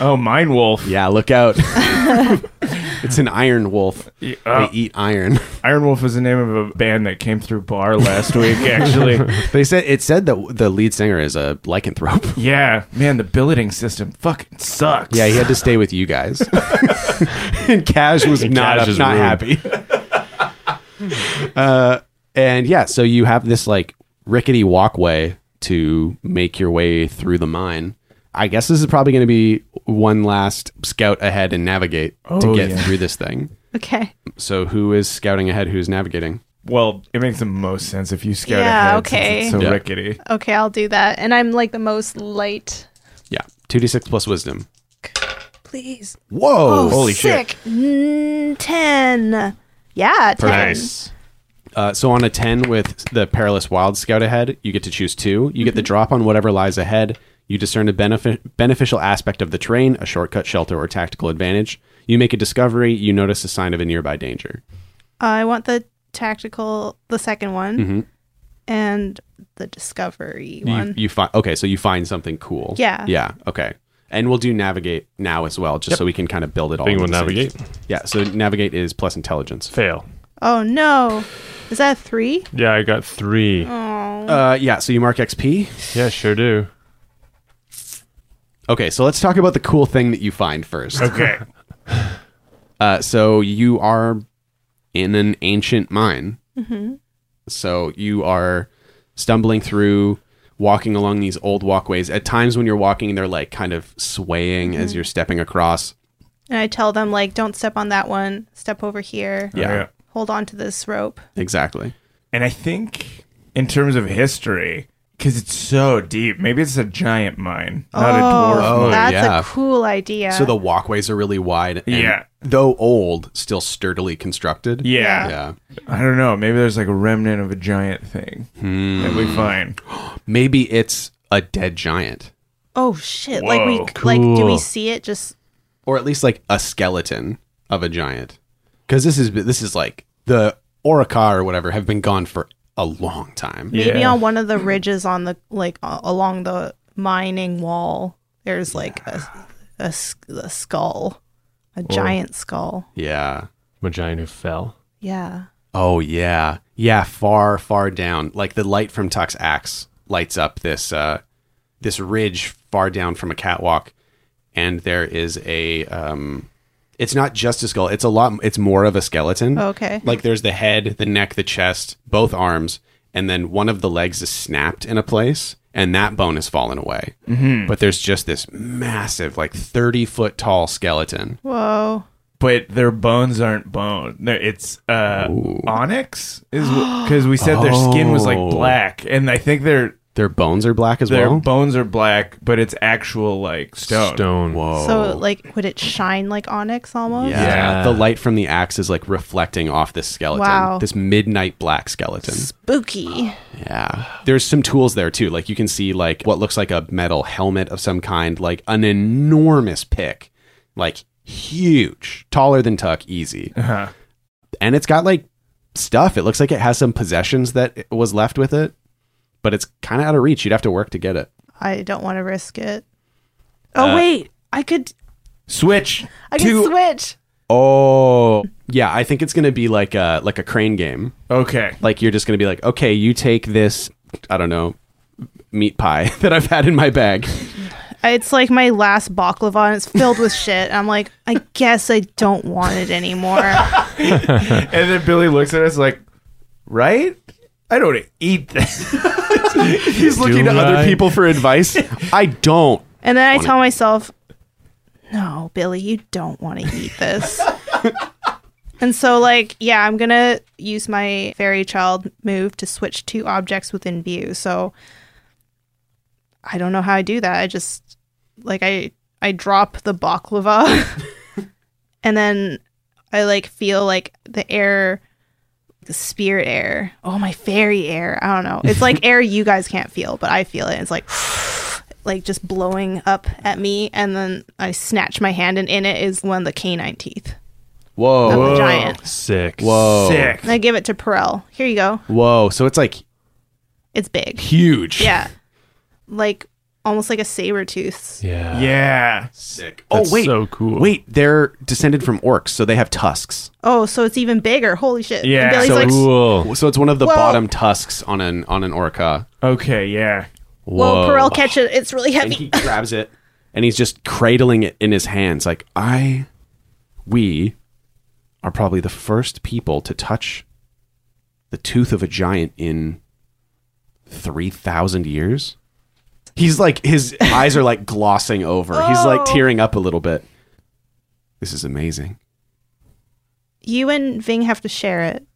Speaker 3: Oh, Mine Wolf.
Speaker 2: yeah, look out. it's an iron wolf.
Speaker 3: Oh,
Speaker 2: They eat iron.
Speaker 3: Iron Wolf is the name of a band that came through Bar last week, actually.
Speaker 2: They said it said that the lead singer is a lycanthrope.
Speaker 3: yeah. Man, the billeting system fucking sucks.
Speaker 2: Yeah, he had to stay with you guys. and Cash was not
Speaker 4: Cash is
Speaker 2: not
Speaker 4: rude.
Speaker 2: happy. uh, and yeah, so you have this like rickety walkway to make your way through the mine. I guess this is probably going to be one last scout ahead and navigate to
Speaker 3: Oh,
Speaker 2: get
Speaker 3: yeah.
Speaker 2: through this thing.
Speaker 5: Okay.
Speaker 2: So who is scouting ahead? Who's navigating?
Speaker 3: Well, it makes the most sense if you scout
Speaker 5: Yeah,
Speaker 3: ahead.
Speaker 5: okay.
Speaker 3: since It's so
Speaker 2: Yeah.
Speaker 3: rickety.
Speaker 5: Okay, I'll do that. And I'm like the most light.
Speaker 2: Yeah, two d six plus wisdom.
Speaker 5: Please. Oh,
Speaker 2: Whoa!
Speaker 3: holy
Speaker 5: sick. shit. Mm, 10. Yeah, 10.
Speaker 2: Nice. Uh, so on a 10 with the Perilous Wild Scout ahead, you get to choose two. You get
Speaker 5: Mm-hmm.
Speaker 2: the drop on whatever lies ahead. You discern a benefi- beneficial aspect of the terrain, a shortcut, shelter, or tactical advantage. You make a discovery. You notice a sign of a nearby danger.
Speaker 5: I want the tactical, the second one, and the discovery
Speaker 2: Mm-hmm. You,
Speaker 5: one.
Speaker 2: you find okay, so you find something cool.
Speaker 5: Yeah.
Speaker 2: Yeah. Okay. And we'll do navigate now as well, just so we can kind of build it all.
Speaker 4: Think
Speaker 2: into
Speaker 4: we'll
Speaker 2: the same-
Speaker 4: navigate?
Speaker 2: Yeah. So navigate is plus intelligence.
Speaker 4: Fail.
Speaker 5: oh, no. Is that a three? Oh.
Speaker 4: Yeah, I got three.
Speaker 2: Uh, yeah. So you mark XP.
Speaker 4: Yeah, sure do.
Speaker 2: Okay. So let's talk about the cool thing that you find first.
Speaker 3: Okay.
Speaker 2: Uh, so you are in an ancient mine. So you are stumbling through, walking along these old walkways. At times when you're walking, they're like kind of swaying as you're stepping across.
Speaker 5: And I tell them, like, don't step on that one. Step over here.
Speaker 2: Yeah.
Speaker 3: Yeah.
Speaker 5: Hold on to this rope.
Speaker 2: Exactly.
Speaker 3: And I think in terms of history, because it's so deep, maybe it's a giant mine, not a dwarf
Speaker 2: Oh,
Speaker 3: mine.
Speaker 5: That's
Speaker 2: yeah.
Speaker 5: a cool idea.
Speaker 2: So the walkways are really wide. And
Speaker 3: Yeah.
Speaker 2: Though old, still sturdily constructed.
Speaker 3: Yeah.
Speaker 2: Yeah.
Speaker 3: I don't know. Maybe there's like a remnant of a giant thing that
Speaker 2: Hmm.
Speaker 3: we find.
Speaker 2: Maybe it's a dead giant,
Speaker 5: oh, shit. like, we,
Speaker 3: Whoa,
Speaker 5: like, do we
Speaker 4: cool.
Speaker 5: see it just
Speaker 2: or at least like a skeleton of a giant. Because this is this is like the Orokar or whatever have been gone for a long time.
Speaker 5: maybe
Speaker 3: Yeah.
Speaker 5: on one of the ridges on the like a- along the mining wall there's like a, a s- a skull a giant skull
Speaker 2: Yeah.
Speaker 4: A giant who fell.
Speaker 5: yeah
Speaker 2: Oh yeah. Yeah, far, far down. Like the light from Tuck's axe lights up this uh this ridge far down from a catwalk and there is a um it's not just a skull. It's a lot it's more of a skeleton.
Speaker 5: Oh, okay
Speaker 2: Like there's the head, the neck, the chest, both arms, and then one of the legs is snapped in a place, and that bone has fallen away. But there's just this massive, like 30 foot tall skeleton.
Speaker 5: whoa
Speaker 3: But their bones aren't bone. No, It's uh, onyx, is because we said their skin was like
Speaker 2: Oh.
Speaker 3: black, and I think their
Speaker 2: Their bones are black as
Speaker 3: their
Speaker 2: well.
Speaker 3: bones are black, but it's actual like stone.
Speaker 4: Stone.
Speaker 2: Whoa.
Speaker 5: so like would it shine like onyx almost
Speaker 2: Yeah.
Speaker 4: Yeah.
Speaker 2: The light from the axe is like reflecting off this skeleton.
Speaker 5: Wow.
Speaker 2: This midnight black skeleton.
Speaker 5: spooky
Speaker 2: Yeah. There's some tools there too. Like you can see like what looks like a metal helmet of some kind, like an enormous pick. Like huge. Taller than Tuck, easy.
Speaker 3: Uh-huh.
Speaker 2: And it's got like stuff. It looks like it has some possessions that it was left with it, but it's kind of out of reach. You'd have to work to get it.
Speaker 5: i don't want to risk it
Speaker 2: Uh,
Speaker 5: oh wait i could
Speaker 3: Switch.
Speaker 5: i could
Speaker 3: to-
Speaker 5: switch
Speaker 2: Oh. Yeah, I think it's going to be like a like a crane game.
Speaker 3: Okay.
Speaker 2: like you're just going to be like okay you take this i don't know meat pie that i've had in my bag
Speaker 5: It's like my last baklava and it's filled with shit. I'm like, I guess I don't want it anymore.
Speaker 3: And then Billy looks at us like, right? I don't eat that.
Speaker 2: He's looking to
Speaker 4: I?
Speaker 2: other people for advice. I don't.
Speaker 5: And then I tell myself, no, Billy, you don't want to eat this. and so, like, yeah, I'm going to use my fairy child move to switch two objects within view. So I don't know how I do that. I just, like, I, I drop the baklava and then I, like, feel like the air. The spirit air, oh my fairy air. I don't know. It's like air you guys can't feel, but I feel it. It's like like just blowing up at me, and then I snatch my hand, and in it is one of the canine teeth
Speaker 2: Whoa.
Speaker 5: of the giant.
Speaker 4: Sick.
Speaker 2: Whoa.
Speaker 3: Sick.
Speaker 5: And I give it to Perel. Here you go.
Speaker 2: Whoa. So it's like
Speaker 5: It's big.
Speaker 2: huge.
Speaker 5: Yeah, like almost like a saber tooth.
Speaker 4: Yeah.
Speaker 3: Yeah.
Speaker 2: Sick.
Speaker 4: That's
Speaker 2: oh wait.
Speaker 4: so cool.
Speaker 2: Wait, they're descended from orcs, so they have tusks.
Speaker 5: Oh, so it's even bigger. Holy shit! And
Speaker 3: Yeah,
Speaker 5: Billy's
Speaker 3: so
Speaker 5: like,
Speaker 4: Cool.
Speaker 2: So it's one of the
Speaker 5: Well-
Speaker 2: bottom tusks on an on an orca.
Speaker 3: Okay, yeah.
Speaker 5: "Whoa, Perel, catch it! It's really
Speaker 2: and
Speaker 5: heavy."
Speaker 2: he grabs it and he's just cradling it in his hands like i we are probably the first people to touch the tooth of a giant in 3000 years he's like his eyes are like glossing over he's like
Speaker 5: Oh.
Speaker 2: tearing up a little bit this is amazing
Speaker 5: You and Ving have to share it.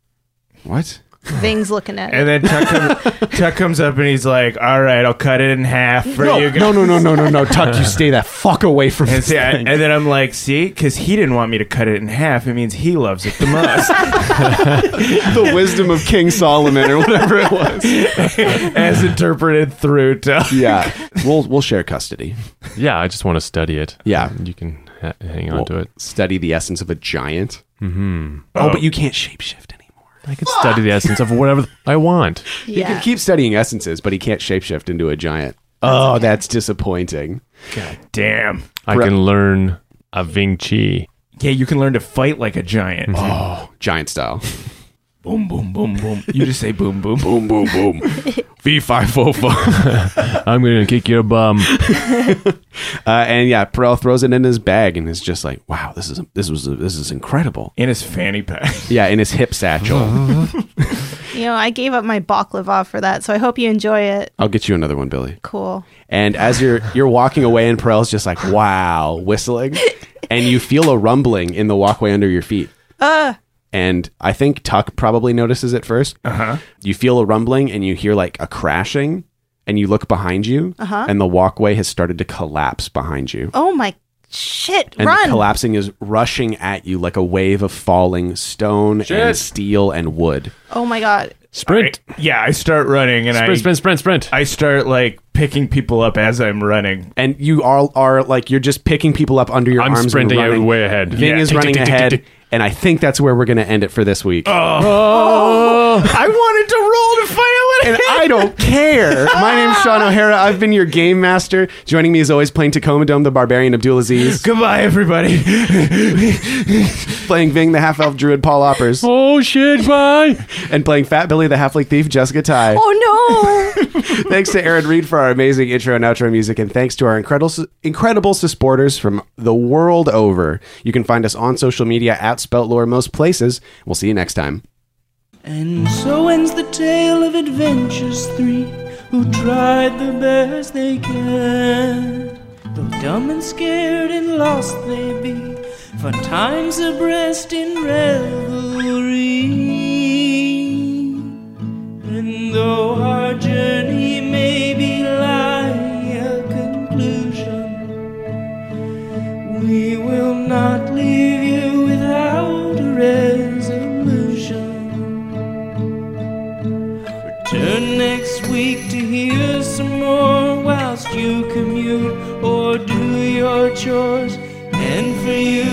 Speaker 2: what
Speaker 5: Ving's looking at it.
Speaker 3: And then Tuck, come, Tuck comes up and he's like, all right, I'll cut it in half for
Speaker 2: no,
Speaker 3: you guys.
Speaker 2: no no no no no no tuck you stay the fuck away from
Speaker 3: And,
Speaker 2: this
Speaker 3: see, I-
Speaker 2: thing.
Speaker 3: and then I'm like, see, because he didn't want me to cut it in half. It means he loves it the most.
Speaker 2: the wisdom of king solomon or whatever it was
Speaker 3: as interpreted through Tuck.
Speaker 2: yeah we'll we'll share custody
Speaker 4: Yeah, I just want to study it.
Speaker 2: Yeah.
Speaker 4: You can ha- hang on
Speaker 2: Well,
Speaker 4: to it.
Speaker 2: Study the essence of a giant. Mm-hmm. Oh, but you can't shapeshift anymore.
Speaker 4: I can study the essence of whatever I want.
Speaker 5: Yeah.
Speaker 2: He can keep studying essences, but he can't shapeshift into a giant. Oh, that's disappointing.
Speaker 3: Damn.
Speaker 4: I
Speaker 2: Correct.
Speaker 4: can learn a Ving Chi.
Speaker 3: Yeah, you can learn to fight like a giant.
Speaker 2: Oh, giant style.
Speaker 3: Mm-hmm. Boom, boom, boom, boom. You just say boom, boom.
Speaker 2: boom, boom, boom. V five four four.
Speaker 4: I'm gonna kick your bum.
Speaker 2: Uh, And yeah, Perel throws it in his bag and is just like, "Wow, this is this was this is incredible."
Speaker 3: In his fanny pack.
Speaker 2: Yeah, in his hip satchel.
Speaker 5: you know, I gave up my baklava for that, so I hope you enjoy it.
Speaker 2: I'll get you another one, Billy.
Speaker 5: Cool.
Speaker 2: And as you're you're walking away, and Perel's just like, "Wow," whistling, and you feel a rumbling in the walkway under your feet. And I think Tuck probably notices it first. Uh-huh. You feel a rumbling, and you hear like a crashing, and you look behind you, uh-huh. and the walkway has started to collapse behind you.
Speaker 5: Oh my shit!
Speaker 2: And
Speaker 5: Run.
Speaker 2: the collapsing is rushing at you like a wave of falling stone and
Speaker 4: Shit.
Speaker 2: steel and wood.
Speaker 5: oh my god.
Speaker 4: Sprint.
Speaker 3: Yeah, I start running and I
Speaker 4: Sprint, sprint, sprint, sprint.
Speaker 3: I start like picking people up as I'm running.
Speaker 2: And you all are like you're just picking people up under your
Speaker 4: I'm
Speaker 2: arms.
Speaker 4: sprinting
Speaker 2: and running.
Speaker 4: way ahead.
Speaker 2: Ving is
Speaker 4: Tick,
Speaker 2: running
Speaker 4: tick, tick, tick,
Speaker 2: ahead,
Speaker 4: tick.
Speaker 2: and I think that's where we're going to end it for this week. Oh,
Speaker 4: Oh.
Speaker 3: I wanted to roll to
Speaker 2: And
Speaker 3: find out
Speaker 2: I don't care. My name's Sean O'Hara. I've been your game master. Joining me as always, playing Tacoma Dome, the Barbarian Abdulaziz,
Speaker 3: Goodbye, everybody.
Speaker 2: playing Ving, the half elf druid, Paul Oppers,
Speaker 4: Oh shit, bye.
Speaker 2: and playing Fat Billy, the halfling thief, Jessica Ty.
Speaker 5: Oh no.
Speaker 2: Thanks to Aaron Reed for our amazing intro and outro music, and thanks to our incredible incredible supporters from the world over. You can find us on social media at Speltlore most places. We'll see you next time.
Speaker 1: And so ends the tale of adventures three who tried the best they can. Though dumb and scared and lost they be, for time's abreast in revelry. And though our journey may be lie a conclusion, we will not leave you without a resolution. Return next week to hear some more whilst you commute or do your chores. And for you